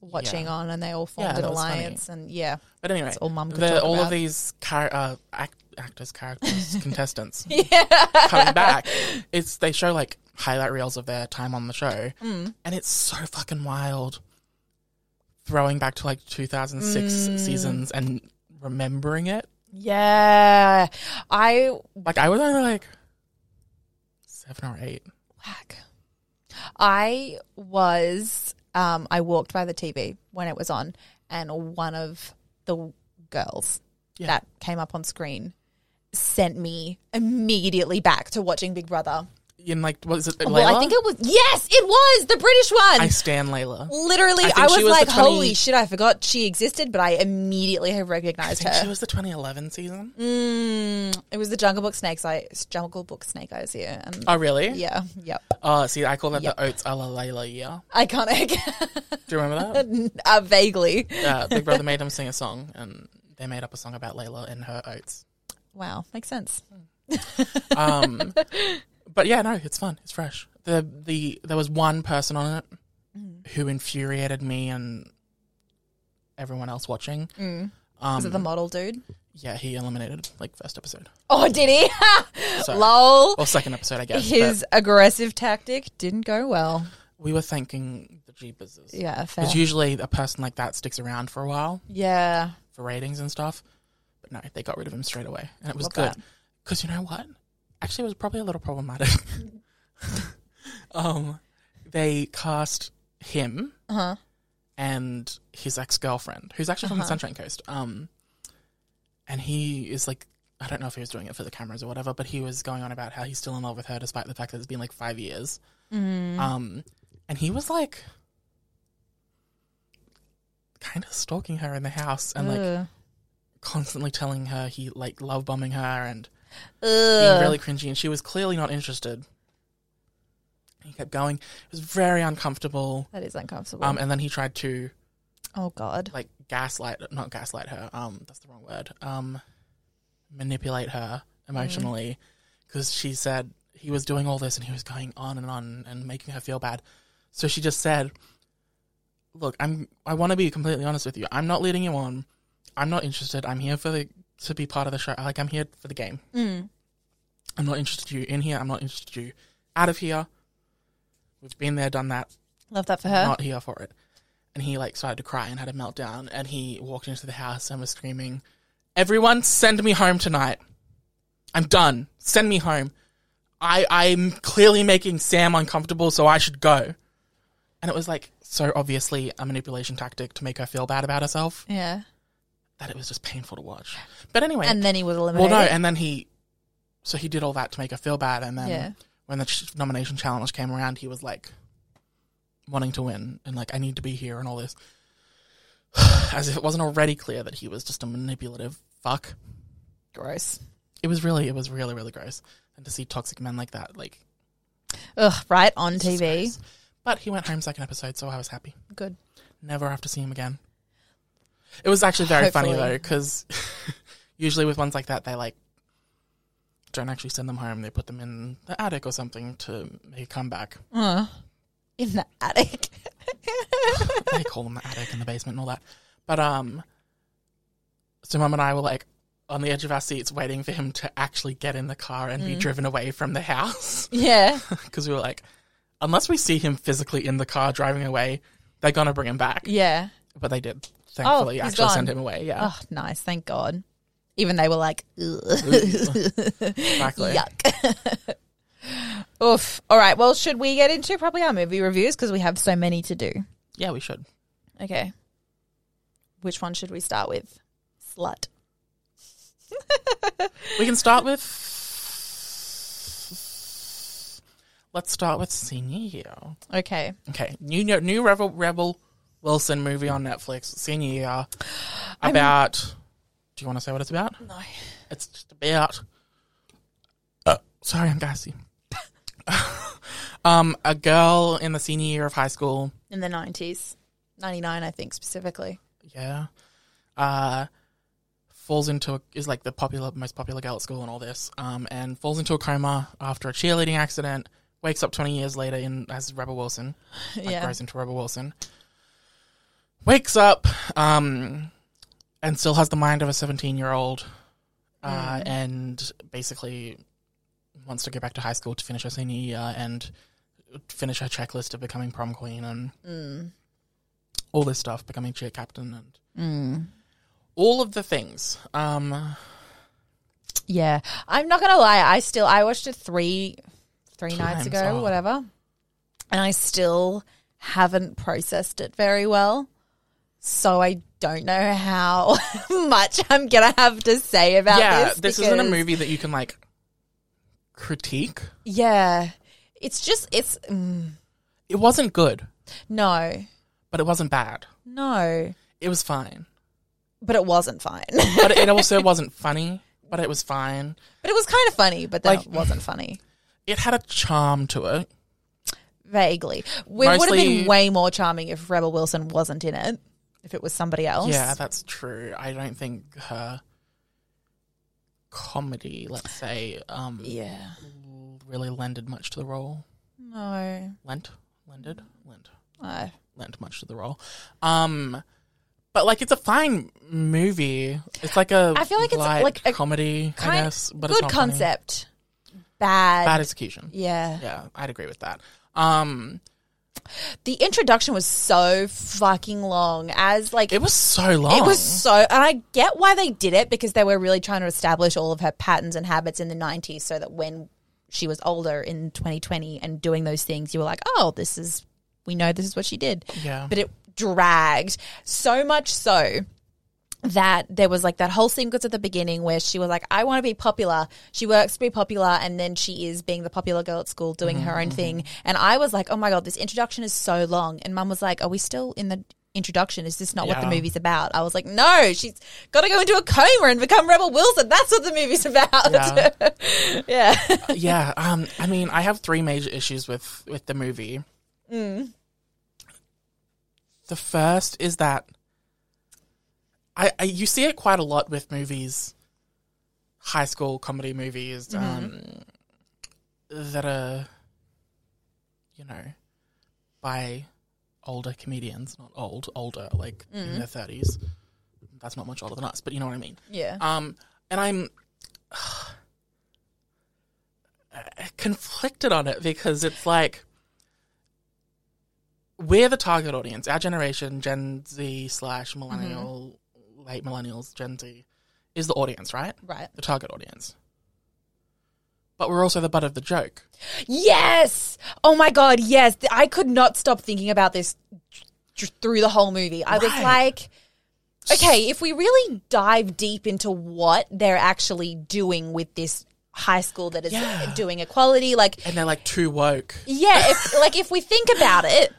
Watching
Yeah.
on, and they all formed
Yeah,
an
that was funny.
alliance, and yeah,
But anyway,
That's all Mum could
they're-
talk
all
about.
of these char- uh, act- actors,
(laughs)
characters, contestants coming back. It's they show like highlight reels of their time on the show,
Mm.
and it's so fucking wild. Throwing back to like 2006
Mm.
seasons and remembering it,
yeah. I
like I was only like seven or eight.
Fuck. I was, um, I walked by the TV when it was on, and one of the girls
Yeah.
that came up on screen sent me immediately back to watching Big Brother.
In like, what is it? Layla?
Well, I think it was, yes, it was the British one.
I stand Layla.
Literally,
I
I,
think
was,
she was
like,
the 20
holy shit, I forgot she existed, but I immediately have
I
recognized
think
her.
she was the 2011 season.
Mm, it was the Jungle Book Snakes, I, Jungle Book Snake Eyes here. And,
Oh, really?
yeah, yep.
Oh, see, I call that
Yep.
the Oats a la Layla year.
Iconic. (laughs)
Do you remember that?
uh, vaguely.
uh, Big Brother made them sing a song, and they made up a song about Layla and her oats.
Wow, makes sense.
Um, but yeah, no, it's fun. It's fresh. The the there was one person on it
Mm.
who infuriated me and everyone else watching. Um,
Is Mm. it the model dude?
yeah, he eliminated like first episode
Oh, did he? (laughs)
So- oh,
Lol.
or second episode, I guess.
His aggressive tactic didn't go well.
but we were thanking the Jeepers.
Yeah, fair.
Because usually a person like that sticks around for a while
yeah.
for ratings and stuff. But no, they got rid of him straight away, and it was
Love
good.
that.
Because you know what? Actually, it was probably a little problematic. (laughs) um, they cast him
Uh-huh.
and his ex girlfriend, who's actually from the Sunshine Coast. Um, and he is like, I don't know if he was doing it for the cameras or whatever, but he was going on about how he's still in love with her despite the fact that it's been like five years.
Mm-hmm.
Um, and he was like, kind of stalking her in the house and like
Ugh.
constantly telling her he like love bombing her and being
Ugh.
really cringy, and she was clearly not interested. He kept going. It was very uncomfortable.
that is uncomfortable.
Um, and then he tried to
oh God.
like gaslight, not gaslight her. Um, that's the wrong word. Um, manipulate her emotionally because she said he was doing all this and he was going on and on and making her feel bad. So she just said, "Look, I'm. I want to be completely honest with you. I'm not leading you on. I'm not interested. I'm here for the to be part of the show. Like I'm here for the game. I'm not interested you in here. I'm not interested you out of here. We've been there, done that
Love that for her.
not here for it. And he like started to cry and had a meltdown. And he walked into the house and was screaming, "Everyone, send me home tonight. I'm done. Send me home. I I'm clearly making Sam uncomfortable, so I should go." And it was like so obviously a manipulation tactic to make her feel bad about herself
yeah.
that it was just painful to watch. But anyway,
And then he was
well,
eliminated.
no, and then he, so he did all that to make her feel bad, and then
Yeah.
when the ch- nomination challenge came around, he was like wanting to win and like I need to be here and all this, (sighs) as if it wasn't already clear that he was just a manipulative fuck.
Gross.
It was really, it was really, really gross, and to see toxic men like that, like
Ugh. Right on
it's just
TV.
gross. But he went home second episode, so I was happy.
Good.
Never have to see him again. It was actually very funny
Hopefully.
though, because (laughs) usually with ones like that, they like don't actually send them home. They put them in the attic or something to make a
(laughs)
comeback.
Uh, in the attic. (laughs)
they call them the attic and the basement and all that. But um, so mum and I were like on the edge of our seats, waiting for him to actually get in the car and
Mm.
be driven away from the house, (laughs)
yeah.
because we were like, unless we see him physically in the car driving away, they're gonna bring him back.
Yeah.
But they did. Thankfully,
Oh, he's
actually
gone.
send him away. Yeah.
Oh, nice. Thank God. Even they were like, Ugh. (laughs)
Exactly.
Yuck. (laughs) Oof. All right. Well, should we get into probably our movie reviews because we have so many to do?
Yeah, we should.
Okay. Which one should we start with? Slut.
We can start with. Let's start with senior year.
Okay.
Okay, new new, new Rebel Rebel Wilson movie on Netflix. Senior year about. do you want to say what it's about?
No.
It's just about. uh, sorry, I'm gassy. (laughs) um, a girl in the senior year of high school.
In the nineties, ninety nine, I think specifically.
Yeah. Uh, falls into a, is like the popular most popular girl at school and all this, um, and falls into a coma after a cheerleading accident. Wakes up twenty years later in as Rebel Wilson, like
(laughs) Yeah.
grows into Rebel Wilson. Wakes up, um, and still has the mind of a seventeen-year-old,
Mm.
uh, and basically wants to go back to high school to finish her senior year and finish her checklist of becoming prom queen and
Mm.
all this stuff, becoming cheer captain and
Mm.
all of the things. Um,
Yeah, I'm not gonna lie. I still I watched it three three nights
Times,
ago,
oh.
whatever, and I still haven't processed it very well. So I don't know how (laughs) much I'm gonna have to say about
yeah,
this.
this, isn't a
because-
movie that you can like critique.
Yeah, it's just it's mm,
It wasn't good,
no,
but it wasn't bad.
no,
It was fine,
but it wasn't fine. (laughs)
but it also wasn't funny. But it was fine.
but it was kind of funny, but then
Like-
it wasn't funny.
It had a charm to it.
Vaguely, it would have been
Mostly-
way more charming if Rebel Wilson wasn't in it. If it was somebody else,
Yeah, that's true. I don't think her comedy, let's say, um,
yeah,
really lended much to the role.
no.
Lent, lended, lent,
Uh,
lent much to the role. Um, but like, it's a fine movie. It's like a
I feel like it's
light
like a
comedy, I
kind
guess, but
good
it's not funny.
concept, bad.
Bad execution.
yeah.
Yeah, I'd agree with that. Um,
the introduction was so fucking long. As like
it was so long.
It was so, and I get why they did it because they were really trying to establish all of her patterns and habits in the 90s so that when she was older in 2020 and doing those things, you were like, oh, this is, we know this is what she did.
Yeah.
But it dragged so much so that there was like that whole sequence at the beginning where she was like, I want to be popular. She works to be popular. And then she is being the popular girl at school doing her
Mm-hmm.
own thing. And I was like, oh my God, this introduction is so long. And mum was like, are we still in the introduction? Is this not what the
Yeah.
movie's about? I was like, no, she's got to go into a coma and become Rebel Wilson. That's what the movie's about. Yeah. (laughs)
Yeah. yeah. Um, I mean, I have three major issues with with the movie. The first is that I, I you see it quite a lot with movies, high school comedy movies um, that are, you know, by older comedians, not old, older like in their thirties. That's not much older than us, but you know what I mean.
yeah.
Um, and I'm (sighs) uh, conflicted on it because it's like we're the target audience. Our generation, Gen Z slash millennial,
Mm-hmm.
late millennials, Gen Z, is the audience, right?
Right.
The target audience. But we're also the butt of the joke.
Yes. Oh my God. Yes. Th- I could not stop thinking about this tr- through the whole movie. I was
Right.
like, okay, if we really dive deep into what they're actually doing with this high school that is
Yeah.
doing equality, like,
And they're like too woke. (laughs)
yeah, if, like if we think about it,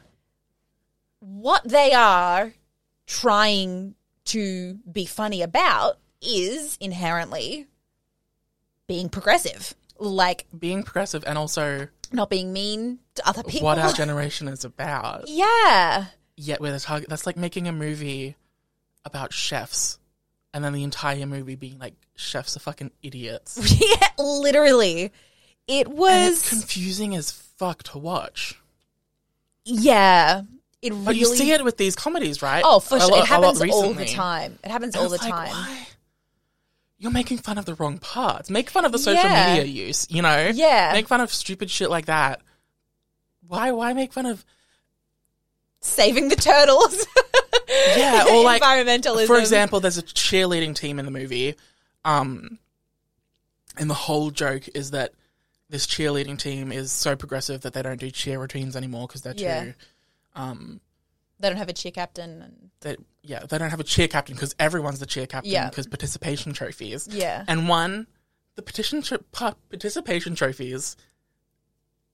what they are trying to be funny about is inherently being progressive, like
Being progressive and also
not being mean to other people.
what our generation is about.
(laughs) Yeah.
yet with a target. That's like making a movie about chefs, and then the entire movie being like chefs are fucking
(laughs)
idiots.
yeah, literally. It
And it's
was
confusing as fuck to watch.
yeah. It really
But Oh, you see it with these comedies, right?
Oh, for
A
sure.
lot-
it
a lot
happens all the
recently.
time. It happens
And
all the
it's like,
time.
why? You're making fun of the wrong parts. Make fun of the social
Yeah.
media use, you know?
Yeah.
Make fun of stupid shit like that. Why why make fun of
(laughs) Saving the turtles. (laughs)
yeah, or like
Environmentalism.
For example, there's a cheerleading team in the movie, um, and the whole joke is that this cheerleading team is so progressive that they don't do cheer routines anymore because they're
Yeah.
too, um,
they don't have a cheer captain and
they, yeah, they don't have a cheer captain because everyone's the cheer captain
Yeah.
because participation trophies.
Yeah.
and one the petition tro- pa- participation trophies.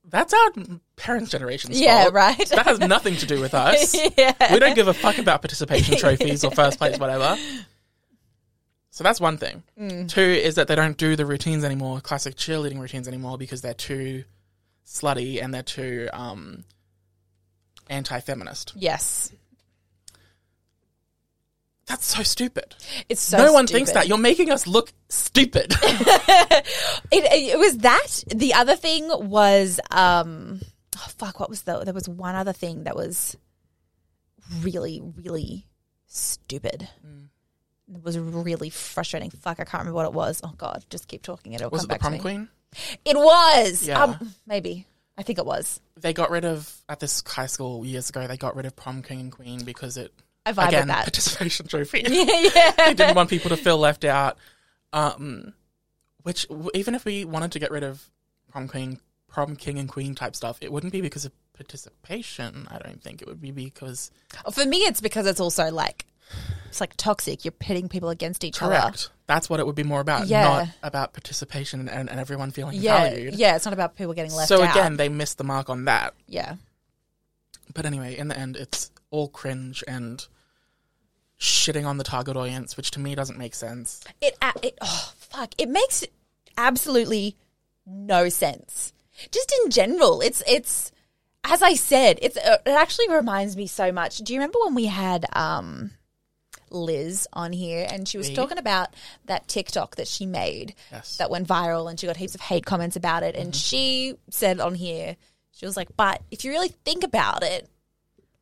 That's our parents' generation's
Yeah,
fault.
right.
That has nothing to do with us.
(laughs) (laughs) yeah.
We don't give a fuck about participation trophies or first place, whatever. So that's one thing.
Mm.
Two is that they don't do the routines anymore, classic cheerleading routines anymore, because they're too slutty and they're too um, anti feminist.
Yes.
That's so stupid.
It's so
no one
stupid.
thinks that. You're making us look
(laughs)
stupid.
It, it was that. The other thing was, um, oh fuck, what was the? There was one other thing that was really, really stupid. It was really frustrating. Fuck, I can't remember what it was. Oh god, just keep talking. It'll
was
come
it the
back
prom
to me.
queen?
It was.
Yeah.
Um, maybe. I think it was.
They got rid of at this high school years ago. They got rid of prom king and queen because it
I vibe
again
with (laughs) that.
participation trophy. (laughs)
yeah.
they didn't want people to feel left out. Um, which w- even if we wanted to get rid of prom queen, prom king and queen type stuff, it wouldn't be because of participation. I don't think it would be because
For me, it's because it's also like it's like toxic. You're pitting people against each other.
correct. That's what it would be more about,
Yeah.
not about participation and, and everyone feeling
Yeah,
valued.
yeah. It's not about people getting left
so
out.
again, they missed the mark on that.
yeah.
But anyway, in the end, it's all cringe and shitting on the target audience, which to me doesn't make sense.
It, a- it oh fuck, it makes absolutely no sense. Just in general, it's it's as I said, it's uh, it actually reminds me so much. Do you remember when we had um Liz on here and she was
Me?
talking about that TikTok that she made
Yes. Mm-hmm.
that went viral and she got heaps of hate comments about it and she said on here she was like, "But if you really think about it,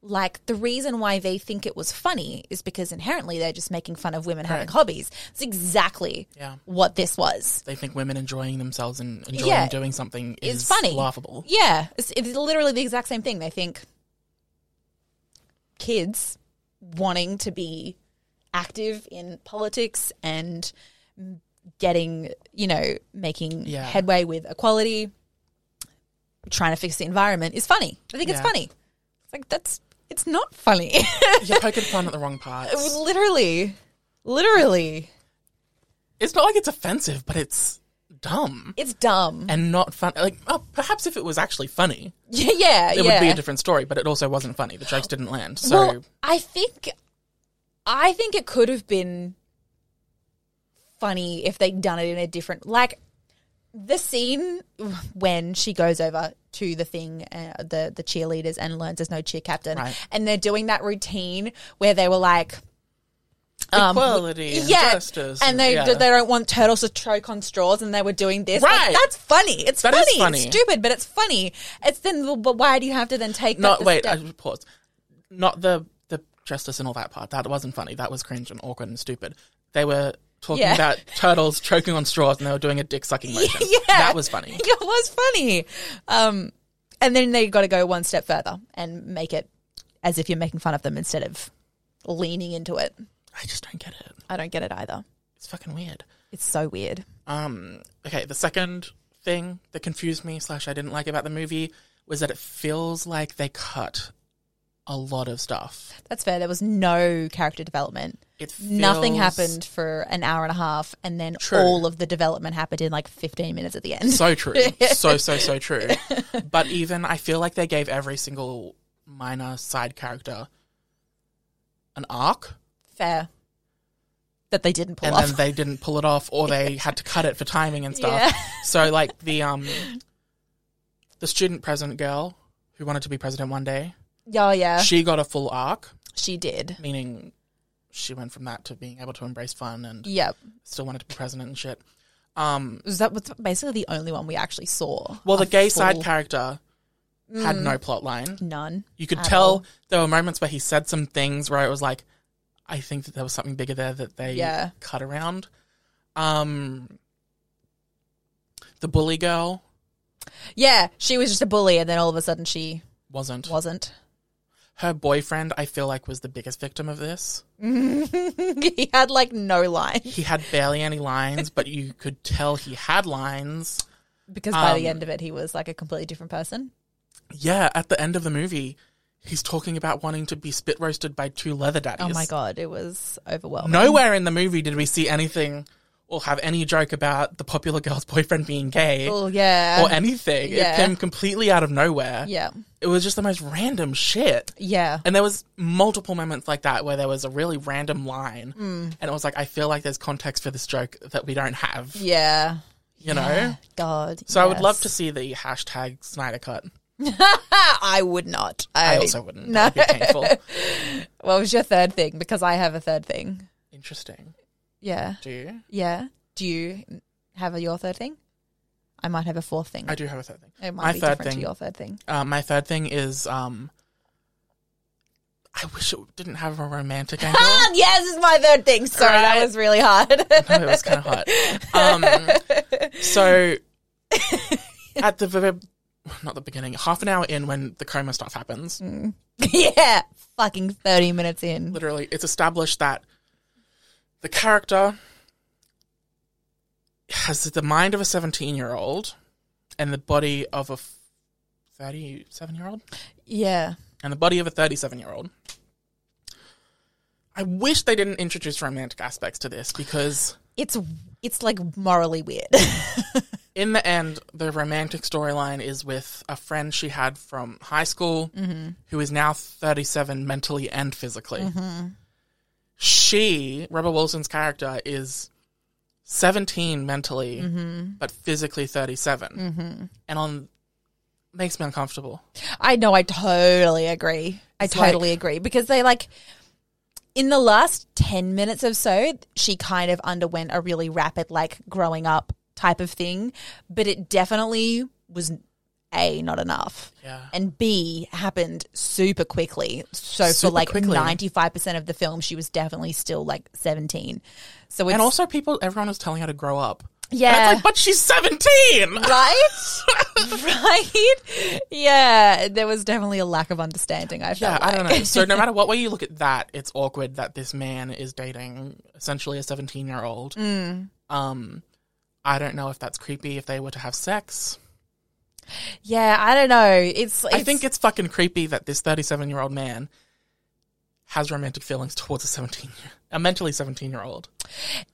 like the reason why they think it was funny is because inherently they're just making fun of women having
Correct.
hobbies. It's exactly
Yeah.
what this was.
They think women enjoying themselves and enjoying
Yeah.
doing something
It's
is
funny,
laughable.
Yeah, it's, it's literally the exact same thing. They think kids wanting to be active in politics and getting, you know, making
Yeah.
headway with equality, trying to fix the environment is funny. I think it's
Yeah.
funny. It's like that's it's not funny. (laughs)
You're poking fun at the wrong parts.
It was literally, literally,
it's not like it's offensive, but it's dumb
it's dumb. (laughs)
and not fun. Like, oh, perhaps if it was actually funny,
Yeah, yeah,
it
Uh, yeah.
would be a different story. But it also wasn't funny. The jokes didn't land. So
Well, I think, I think it could have been funny if they'd done it in a different, like the scene when she goes over to the thing, uh, the the cheerleaders, and learns there's no cheer captain,
Right.
and they're doing that routine where they were like. um,
Equality and justice
and
and-
they
yeah.
they don't want turtles to choke on straws, and they were doing this.
Right.
like, that's funny. It's
That is
funny. It's
funny.
stupid, but it's funny. It's then, well, but why do you have to then take?
not
that
wait.
(laughs) step-
I just paused. Not the the justice and all that part. That wasn't funny. That was cringe and awkward and stupid. They were talking
Yeah.
about turtles (laughs) choking on straws and they were doing a dick sucking motion.
(laughs) yeah,
That was funny.
(laughs) it was funny. Um, and then they got to go one step further and make it as if you're making fun of them instead of leaning into it.
I just don't get it.
I don't get it either.
It's fucking weird.
It's so weird.
Um, okay, the second thing that confused me slash I didn't like about the movie was that it feels like they cut a lot of stuff.
That's fair. There was no character development.
It feels,
Nothing happened for an hour and a half, and then
True.
all of the development happened in like 15 minutes at the end.
So
(laughs)
true, so so so true. But even I feel like they gave every single minor side character an arc,
fair that they didn't pull
and
off.
then they didn't pull it off, or
(laughs)
they had to cut it for timing and stuff.
Yeah.
So like the um, the student president girl who wanted to be president one day,
(laughs) yeah, yeah,
she got a full arc.
she did.
meaning she went from that to being able to embrace fun and
Yep.
still wanted to be president and shit. Um,
Was that was basically the only one we actually saw?
well, the
A
gay
full-
side character had no plot line.
None.
You could
at
tell
all.
there were moments where he said some things where it was like, I think that there was something bigger there that they
Yeah.
cut around. Um, the bully girl
Yeah, she was just a bully, and then all of a sudden she
wasn't.
wasn't. (laughs)
Her boyfriend, I feel like, was the biggest victim of this.
he had like no line
He had barely any lines, but you could tell he had lines.
because by the
Um,
end of it, he was like a completely different person.
Yeah, at the end of the movie, he's talking about wanting to be spit roasted by two leather daddies.
Oh my god, it was overwhelming.
Nowhere in the movie did we see anything or have any joke about the popular girl's boyfriend being gay
Oh yeah,
or anything.
yeah.
It came completely out of nowhere.
yeah,
It was just the most random shit.
yeah.
And there was multiple moments like that where there was a really random line
Mm.
and it was like I feel like there's context for this joke that we don't have,
yeah,
you know?
God.
So I would love to
yes. (laughs) Ah,
see the hashtag Snyder cut.
I would not.
I also wouldn't. That'd
(laughs)
be painful.
What was your third thing? Because I have a third thing.
Interesting.
Yeah.
Do you?
Yeah. Do you have a, your third thing? I might have a fourth thing.
I do have a third thing.
It might
My
be
third
different
thing.
to your third thing.
Uh, my third thing is um, I wish it didn't have a romantic
(laughs)
angle.
Ah, yes, it's my third thing. Sorry, that
Right.
was really hard. (laughs)
it was kind of hot. Um, so at the very- not the beginning, half an hour in when the coma stuff happens,
Mm. yeah. Fucking 30 minutes in.
literally it's established that the character has the mind of a 17 year old and the body of a 37 year old
Yeah.
and the body of a 37 year old. I wish they didn't introduce romantic aspects to this because
It's it's like morally weird. (laughs)
in the end, the romantic storyline is with a friend she had from high school who is now 37 mentally and physically. She, Rebel Wilson's character, is 17 mentally, but physically 37. And on makes me uncomfortable.
I know. I totally agree. I
like-
totally agree because they like in the last ten minutes or so, she kind of underwent a really rapid like growing up type of thing, but it definitely was a not enough.
Yeah.
And B happened super quickly. So
Super
for like
quickly.
ninety five percent of the film, she was definitely still like seventeen. So it's
And also, people, everyone was telling her to grow up. And
yeah,
it's like, but she's 17! (laughs)
right, right, yeah. There was definitely a lack of understanding. I
Yeah,
felt
I don't
like.
know. So
(laughs)
no matter what way you look at that, it's awkward that this man is dating essentially a seventeen-year-old.
Mm.
Um, I don't know if that's creepy. If they were to have sex,
Yeah, I don't know. It's,
I think it's fucking creepy that this thirty-seven-year-old man has romantic feelings towards a seventeen, a mentally seventeen-year-old.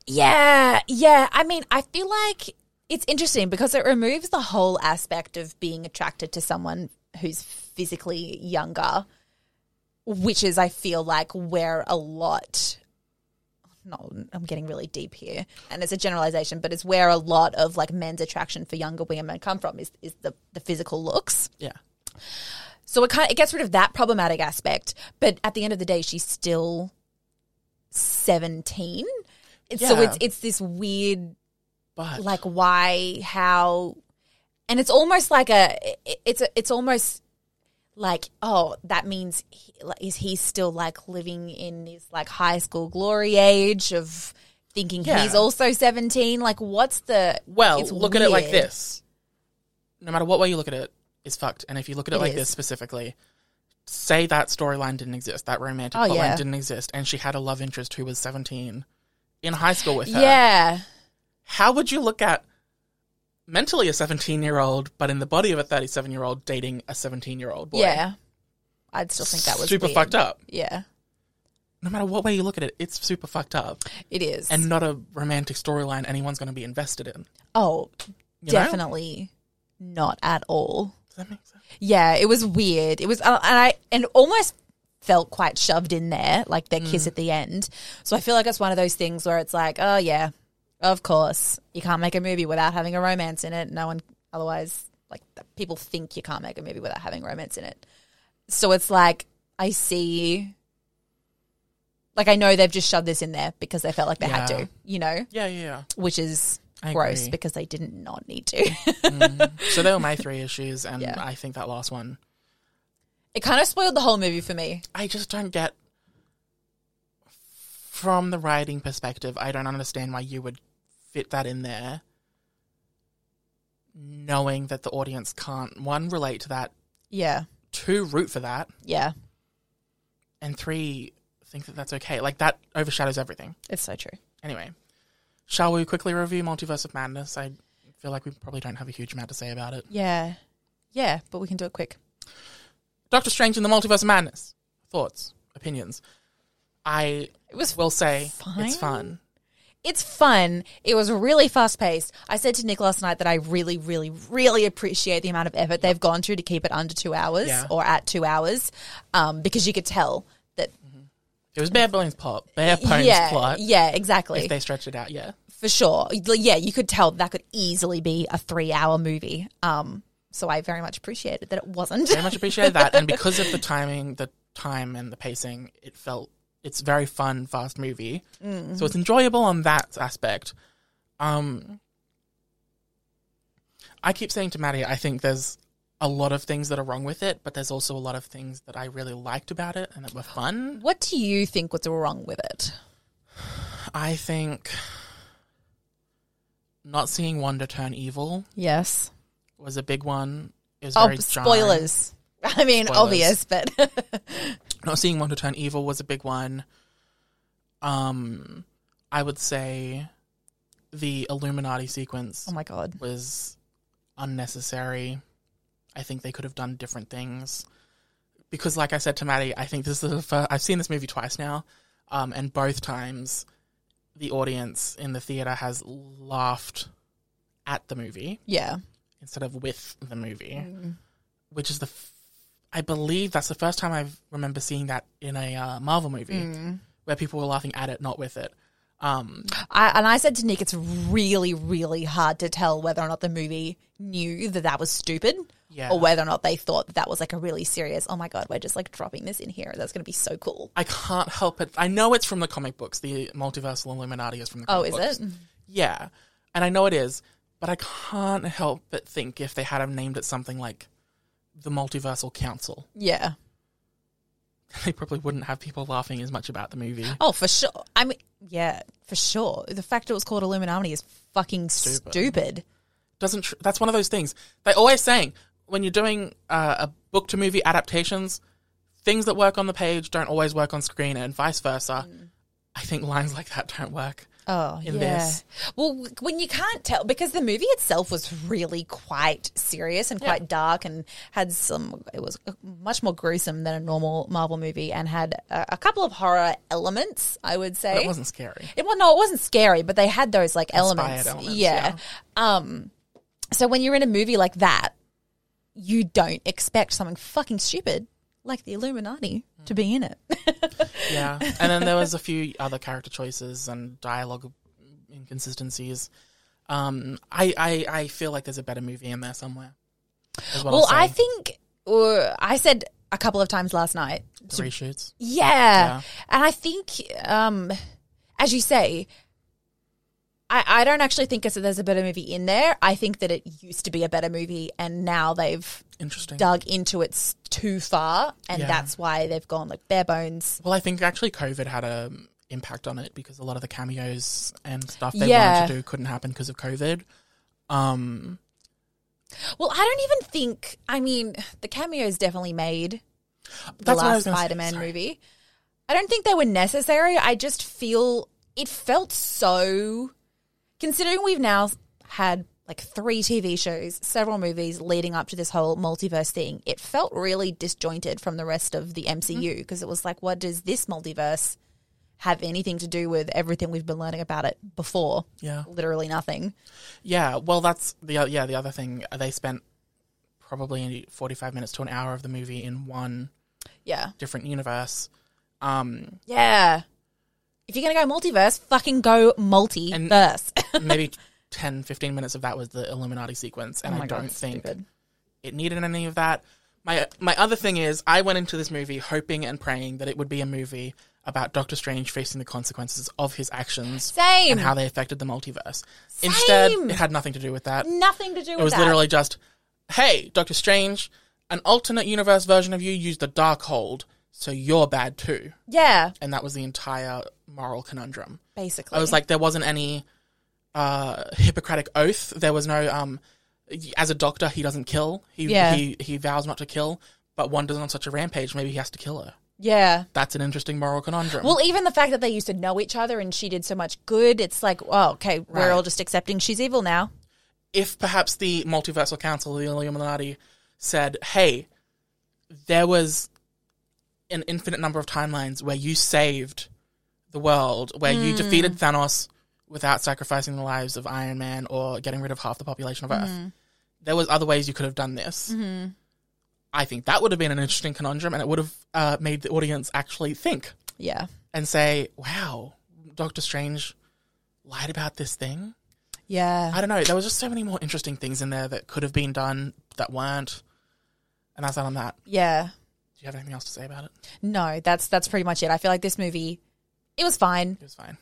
yeah, yeah. I mean, I feel like it's interesting because it removes the whole aspect of being attracted to someone who's physically younger, which is I feel like where a lot no, I'm getting really deep here, and it's a generalization, but it's where a lot of like men's attraction for younger women come from is is the the physical looks.
Yeah,
So it kind of, it gets rid of that problematic aspect, but at the end of the day, she's still seventeen. It's So
Yeah.
it's it's this weird
but
like why how, and it's almost like a it- it's a, it's almost like oh that means he, like, is he still like living in his like high school glory age of thinking
Yeah.
he's also seventeen? Like what's the
well,
it's
look at it like
weird.
this. No matter what way you look at it, it's fucked. And if you look at it,
It
like
is.
this specifically, say that storyline didn't exist, that romantic
Oh,
plotline
yeah.
didn't exist, and she had a love interest who was seventeen in high school with her.
Yeah,
How would you look at mentally a seventeen-year-old, but in the body of a thirty-seven-year-old dating a seventeen-year-old boy?
yeah. I'd still think that was
super
weird.
fucked up.
Yeah,
No matter what way you look at it, it's super fucked up,
it is.
and not a romantic storyline anyone's going to be invested in.
Oh,
You know?
definitely not at all.
Does that make sense?
Yeah, it was weird. It was, uh, and I and it almost felt quite shoved in there, like their
Mm.
kiss at the end. So I feel like it's one of those things where it's like, oh yeah, of course, you can't make a movie without having a romance in it. No one, otherwise, like th- people think you can't make a movie without having romance in it. So it's like I see. Like I know they've just shoved this in there because they felt like they had
Yeah.
to, you know,
Yeah, yeah. yeah.
which is
I
gross
agree.
because they did not need to. Mm.
So they were my three issues, and
Yeah.
I think that last one.
(laughs) It kind of spoiled the whole movie for me.
I just don't get from the writing perspective. I don't understand why you would fit that in there, knowing that the audience can't one relate to that,
Yeah.
two root for that,
Yeah.
and three think that that's okay. Like that overshadows everything.
It's so true.
Anyway, shall we quickly review Multiverse of Madness? I feel like we probably don't have a huge amount to say about it.
Yeah. Yeah, but we can do it quick.
Doctor Strange in the Multiverse of Madness. Thoughts, opinions. I
It was
will say
fine.
it's fun.
It's fun. It was really fast paced. I said to Nick last night that I really, really, really appreciate the amount of effort they've gone through to keep it under two hours
Yeah.
or at two hours, um, because you could tell that.
It was bare bones plot, bare bones
yeah,
plot.
yeah, exactly,
If they stretch it out, yeah.
for sure. Yeah, you could tell that could easily be a three-hour movie. Um, So I very much appreciated that it wasn't.
Very much appreciate that. And because of the timing, the time and the pacing, it felt it's very fun, fast movie.
Mm-hmm.
So it's enjoyable on that aspect. Um I keep saying to Maddie, I think there's a lot of things that are wrong with it, but there's also a lot of things that I really liked about it and that were fun.
(laughs) What do you think was wrong with it?
I think not seeing Wanda turn evil
Yes.
was a big one. It was
Oh,
very jarring.
spoilers. (laughs) I mean,
Spoilers.
obvious, but (laughs)
not seeing Wanda turn evil was a big one. Um, I would say the Illuminati sequence
oh my god.
was unnecessary. I think they could have done different things because, like I said to Maddie, I think this is the first. I've seen this movie twice now, um, and both times the audience in the theater has laughed at the movie
Yeah.
instead of with the movie,
Mm.
which is the, f- I believe that's the first time I remember seeing that in a uh, Marvel movie
Mm.
where people were laughing at it, not with it. Um,
I, and I said to Nick, it's really, really hard to tell whether or not the movie knew that that was stupid,
Yeah.
or whether or not they thought that, that was like a really serious. Oh my god, we're just like dropping this in here. That's going to be so cool.
I can't help it. I know it's from the comic books. The multiversal Illuminati is from the
Oh,
comic
is
books.
it?
Yeah, and I know it is, but I can't help but think if they had have named it something like the Multiversal Council, (laughs)
Yeah.
they probably wouldn't have people laughing as much about the movie.
Oh, for sure. I mean, yeah, for sure. The fact it was called Illuminati is fucking stupid.
doesn't tr- that's one of those things they always saying when you're doing uh, a book to movie adaptations things that work on the page don't always work on screen and vice versa
Mm.
i think lines like that don't work
Oh,
In
yeah.
this.
Well, w- when you can't tell, because the movie itself was really quite serious and quite dark and had some, it was uh, much more gruesome than a normal Marvel movie and had a, a couple of horror elements, I would say.
but it wasn't
(laughs)
scary
It, well, no, it wasn't scary, but they had those like elements.
elements,
yeah. Um, so when you're in a movie like that, you don't expect something fucking stupid like the Illuminati to be in it.
yeah and then there was a few other character choices and dialogue inconsistencies um, I, I, I feel like there's a better movie in there somewhere is what I'll
(laughs) well, I
say.
think uh, I said a couple of times last night.
The reshoots
Yeah. And I think, um, as you say, I, I don't actually think it's that there's a better movie in there. I think that it used to be a better movie and now they've
interesting
dug into it s- too far and
Yeah.
that's why they've gone like bare bones.
Well, I think actually COVID had a um, impact on it because a lot of the cameos and stuff they
Yeah.
wanted to do couldn't happen because of COVID. Um,
Well, I don't even think, I mean, the cameos definitely made the
that's what I
last
was gonna say.
Spider Man
Sorry.
movie. I don't think they were necessary. I just feel it felt so. Considering we've now had like three TV shows, several movies leading up to this whole multiverse thing, it felt really disjointed from the rest of the
Mm-hmm.
MCU because it was like, what does this multiverse have anything to do with everything we've been learning about it before?
Yeah,
Literally nothing.
yeah. Well, that's the o- yeah the other thing they spent probably forty five minutes to an hour of the movie in one
Yeah.
different universe. Um,
Yeah. If you're going to go multiverse, fucking go multiverse. (laughs)
maybe 10, 15 minutes of that was the Illuminati sequence,
Oh
and I don't think it needed any of that. My my other thing is I went into this movie hoping and praying that it would be a movie about Doctor Strange facing the consequences of his actions
Same.
and how they affected the multiverse. Instead, it had nothing to do with that.
Nothing to do with
it was
that.
literally just, "Hey, Doctor Strange, an alternate universe version of you used the dark hold, so you're bad too."
yeah,
And that was the entire moral conundrum.
basically.
I was like, there wasn't any uh, Hippocratic oath. There was no, um, as a doctor, he doesn't kill. He,
Yeah.
he he vows not to kill, but Wanda's on such a rampage, maybe he has to kill her.
yeah.
That's an interesting moral conundrum.
Well, even the fact that they used to know each other and she did so much good, it's like, oh, okay,
Right.
we're all just accepting she's evil now.
if perhaps the multiversal council, the Illuminati, said, "Hey, there was an infinite number of timelines where you saved the world, where you defeated Thanos without sacrificing the lives of Iron Man or getting rid of half the population of Earth. There was other ways you could have done this." I think that would have been an interesting conundrum, and it would have uh, made the audience actually think
Yeah.
and say, "Wow, Doctor Strange lied about this thing."
Yeah.
I don't know. There was just so many more interesting things in there that could have been done, that weren't. And that's that on that.
Yeah.
Do you have anything else to say about it?
No, that's that's pretty much it. I feel like this movie, it was fine.
It was fine.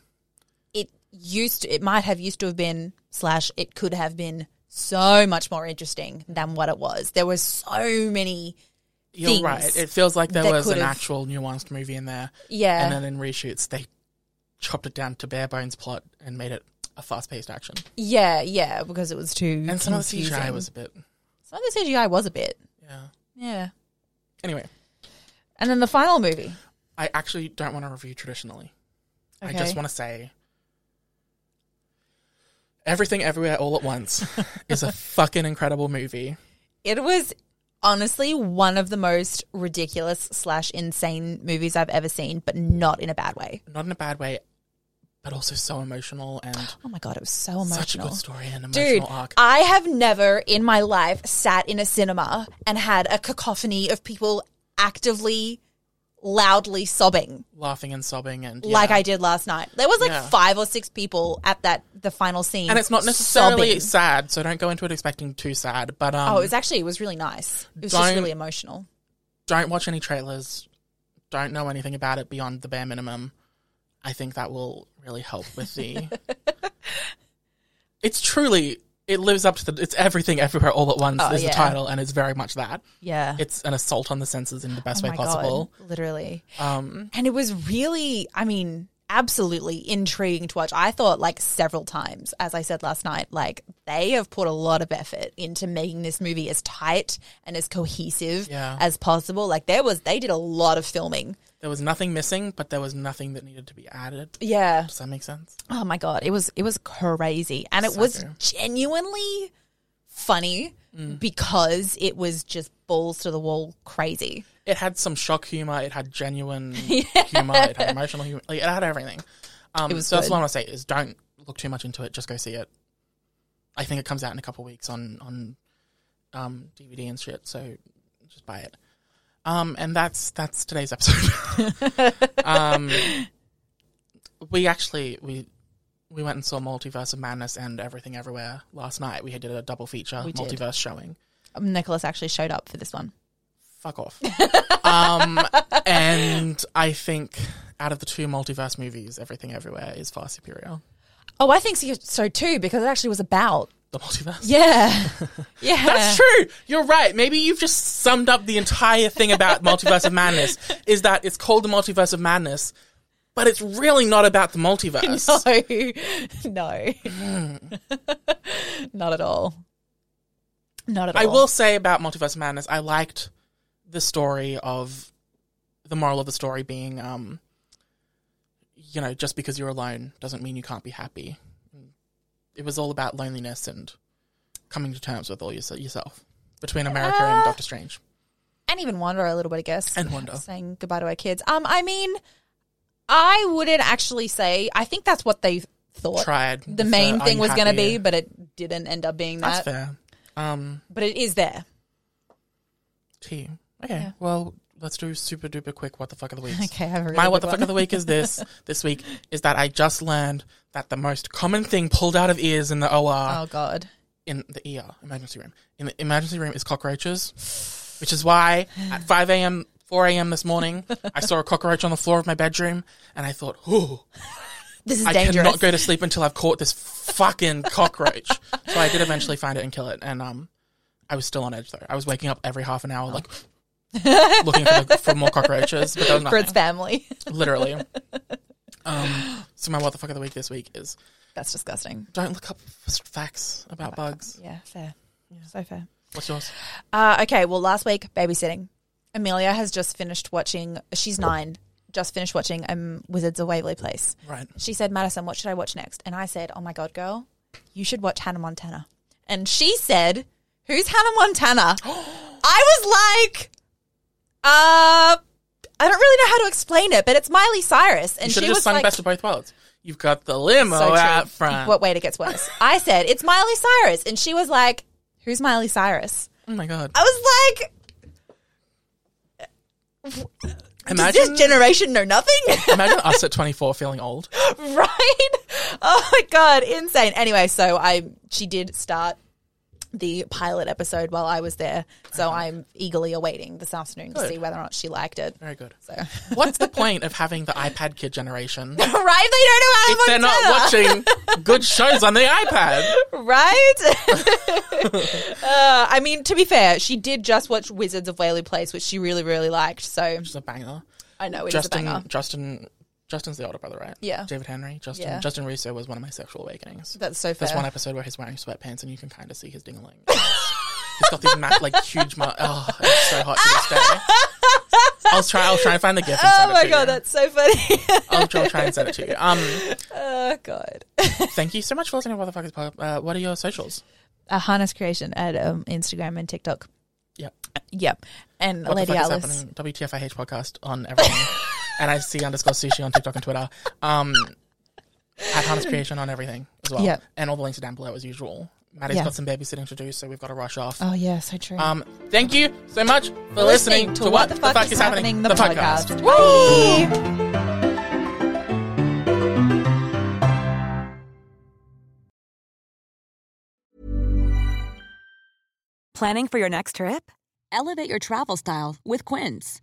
It used to, it might have used to have been slash it could have been so much more interesting than what it was. There was so many.
You're
Things
right. It feels like there
that
was an
could've-
actual nuanced movie in there.
Yeah.
And then in reshoots, they chopped it down to bare bones plot and made it a fast paced action.
yeah, yeah, because it was too.
And some of the
confusing.
CGI was a bit.
Some of the CGI was a bit.
Yeah.
Yeah.
Anyway,
And then the final movie.
I actually don't want to review traditionally. I
Okay.
just want to say Everything Everywhere All at
(laughs)
Once is a fucking incredible movie.
It was honestly one of the most ridiculous slash insane movies I've ever seen, but not in a bad way.
Not in a bad way, but also so emotional and
Oh my god, it was so emotional.
such a good story and emotional
Dude,
arc.
I have never in my life sat in a cinema and had a cacophony of people actively, loudly sobbing
laughing and sobbing and
like
yeah.
I did last night. There was like
Yeah.
five or six people at that the final scene,
and it's not necessarily
sobbing.
sad, so don't go into it expecting too sad. But um,
Oh, it was actually it was really nice. It was just
Don't-
really emotional.
don't watch any trailers. Don't know anything about it beyond the bare minimum. I think that will really help with
(laughs)
the. it's truly it lives up to the. It's everything everywhere all at once
Oh,
is
yeah.
the title, and it's very much that.
Yeah,
It's an assault on the senses in the best
Oh
way
my God,
possible.
literally.
Um,
And it was really, I mean, absolutely intriguing to watch. I thought like several times, as I said last night, like they have put a lot of effort into making this movie as tight and as cohesive
Yeah.
as possible. Like there was, they did a lot of filming.
there was nothing missing, but there was nothing that needed to be added.
Yeah.
Does that make sense?
Oh my god, it was it was crazy, and it was genuinely funny
Mm.
because it was just balls to the wall crazy.
It had some shock humor. It had
(laughs)
genuine humor. It had emotional humor. Like, it had everything. Um,
It was
so that's
good.
what I want to say is don't look too much into it. Just go see it. I think it comes out in a couple weeks on on um, DVD and shit. So just buy it. Um, and that's that's today's episode.
(laughs)
um, we actually we we went and saw Multiverse of Madness and Everything Everywhere last night. We did a double feature
We did.
multiverse showing.
Um, Nicholas actually showed up for this one.
fuck off. (laughs) um, and I think out of the two multiverse movies, Everything Everywhere is far superior.
Oh, I think so- so too because it actually was about
The multiverse.
Yeah.
(laughs)
Yeah.
That's true. You're right. Maybe you've just summed up the entire thing about Multiverse of Madness is that it's called the Multiverse of Madness, but it's really not about the
(laughs)
multiverse.
No. no. (laughs) Not at all. Not at all.
I will say about Multiverse of Madness, I liked the story of the moral of the story being, um, you know, just because you're alone doesn't mean you can't be happy. It was all about loneliness and coming to terms with all your, yourself between America
Uh,
and Doctor Strange.
And even Wonder a little bit, I guess.
And Wanda.
Saying goodbye to our kids. Um, I mean, I wouldn't actually say. I think that's what they thought.
Tried
The
with
main
the
thing was going to
unhappy-
be, but it didn't end up being
That's
that.
fair. Um,
But it is there.
T. Okay. Well, let's do super duper quick. What the fuck of the week?
Okay, I have a really
My what
good
the fuck
one.
of the week is
(laughs)
this? this week is that I just learned that the most common thing pulled out of ears in the OR
oh God.
in the ER emergency room in the emergency room is cockroaches, which is why at five a.m. 4 a.m. this
(laughs)
morning, I saw a cockroach on the floor of my bedroom, and I thought, "Ooh,
This is
I
dangerous.
cannot go to sleep until I've caught this fucking cockroach." so I did eventually find it and kill it, and um, I was still on edge though. I was waking up every half an hour,
(laughs)
like looking for, the, for more cockroaches, but there was
for
nothing,
its family. (laughs)
literally. Um, so my what the fuck of the week this week is
that's disgusting.
don't look up facts about bugs.
Yeah, fair. So fair.
What's yours?
Uh, okay, well, last week, babysitting. Amelia has just finished watching, she's nine, just finished watching um, Wizards of Waverly Place.
Right.
She said, Madison, what should I watch next? And I said, oh my God, girl, you should watch Hannah Montana. And she said, who's Hannah (gasps) Montana? I was like, uh, I don't really know how to explain it, but it's Miley Cyrus. And
You should
she
have just
was
sung
like,
Best of Both Worlds. You've got the limo
so true.
out front.
What wait, it gets worse. I said, it's Miley Cyrus. And she was like, who's Miley Cyrus?
oh my god!
I was like, Does
Imagine,
this generation know
(laughs)
nothing?
imagine us at 24 feeling old.
right? Oh my god, insane. Anyway, so I she did start the pilot episode while I was there. So I'm eagerly awaiting this afternoon to
Uh-huh. Good.
see whether or not she liked it.
Very
(laughs)
good.
So
What's the point of having the iPad kid
(laughs)
generation
right? They
if they're
don't know
not
how to
watching good shows on the (laughs) iPad?
watch right?
(laughs)
(laughs) uh, I mean, to be fair, she did just watch Wizards of Waverly Place, which she really, really liked. So
She's a banger.
I know it is a
Justin,
banger.
Justin, Justin's the older brother, right?
Yeah.
David Henry. Justin,
Yeah.
Justin Russo was one of my sexual awakenings.
That's so fair.
There's one episode where he's wearing sweatpants and you can kind of see his dingling. he's got these map, like huge. Mar- oh, it's so hot to this day. I'll try. I'll try and find the gift. And
oh
send it
my
to
god,
you.
that's so funny. (laughs)
I'll, I'll try and send it to you. Um,
oh god.
thank you so much for listening to Motherfuckers Pub. Uh, what are your socials?
A harness creation at um, Instagram and TikTok.
Yep.
Yep. And
What
Lady
the fuck
Alice.
is happening? WTFIH podcast on (laughs) everything. and I see underscore sushi on TikTok and Twitter. Um, at Harness Creation on everything as well.
Yeah.
And all the links are down below as usual. Maddie's
Yeah.
got some babysitting to do, so we've got to rush off.
Oh yeah, so true.
Um, thank you so much for listening, to What the Fuck, is, Happening, the, podcast.
Whee!
Planning for your next trip? Elevate your travel style with Quince.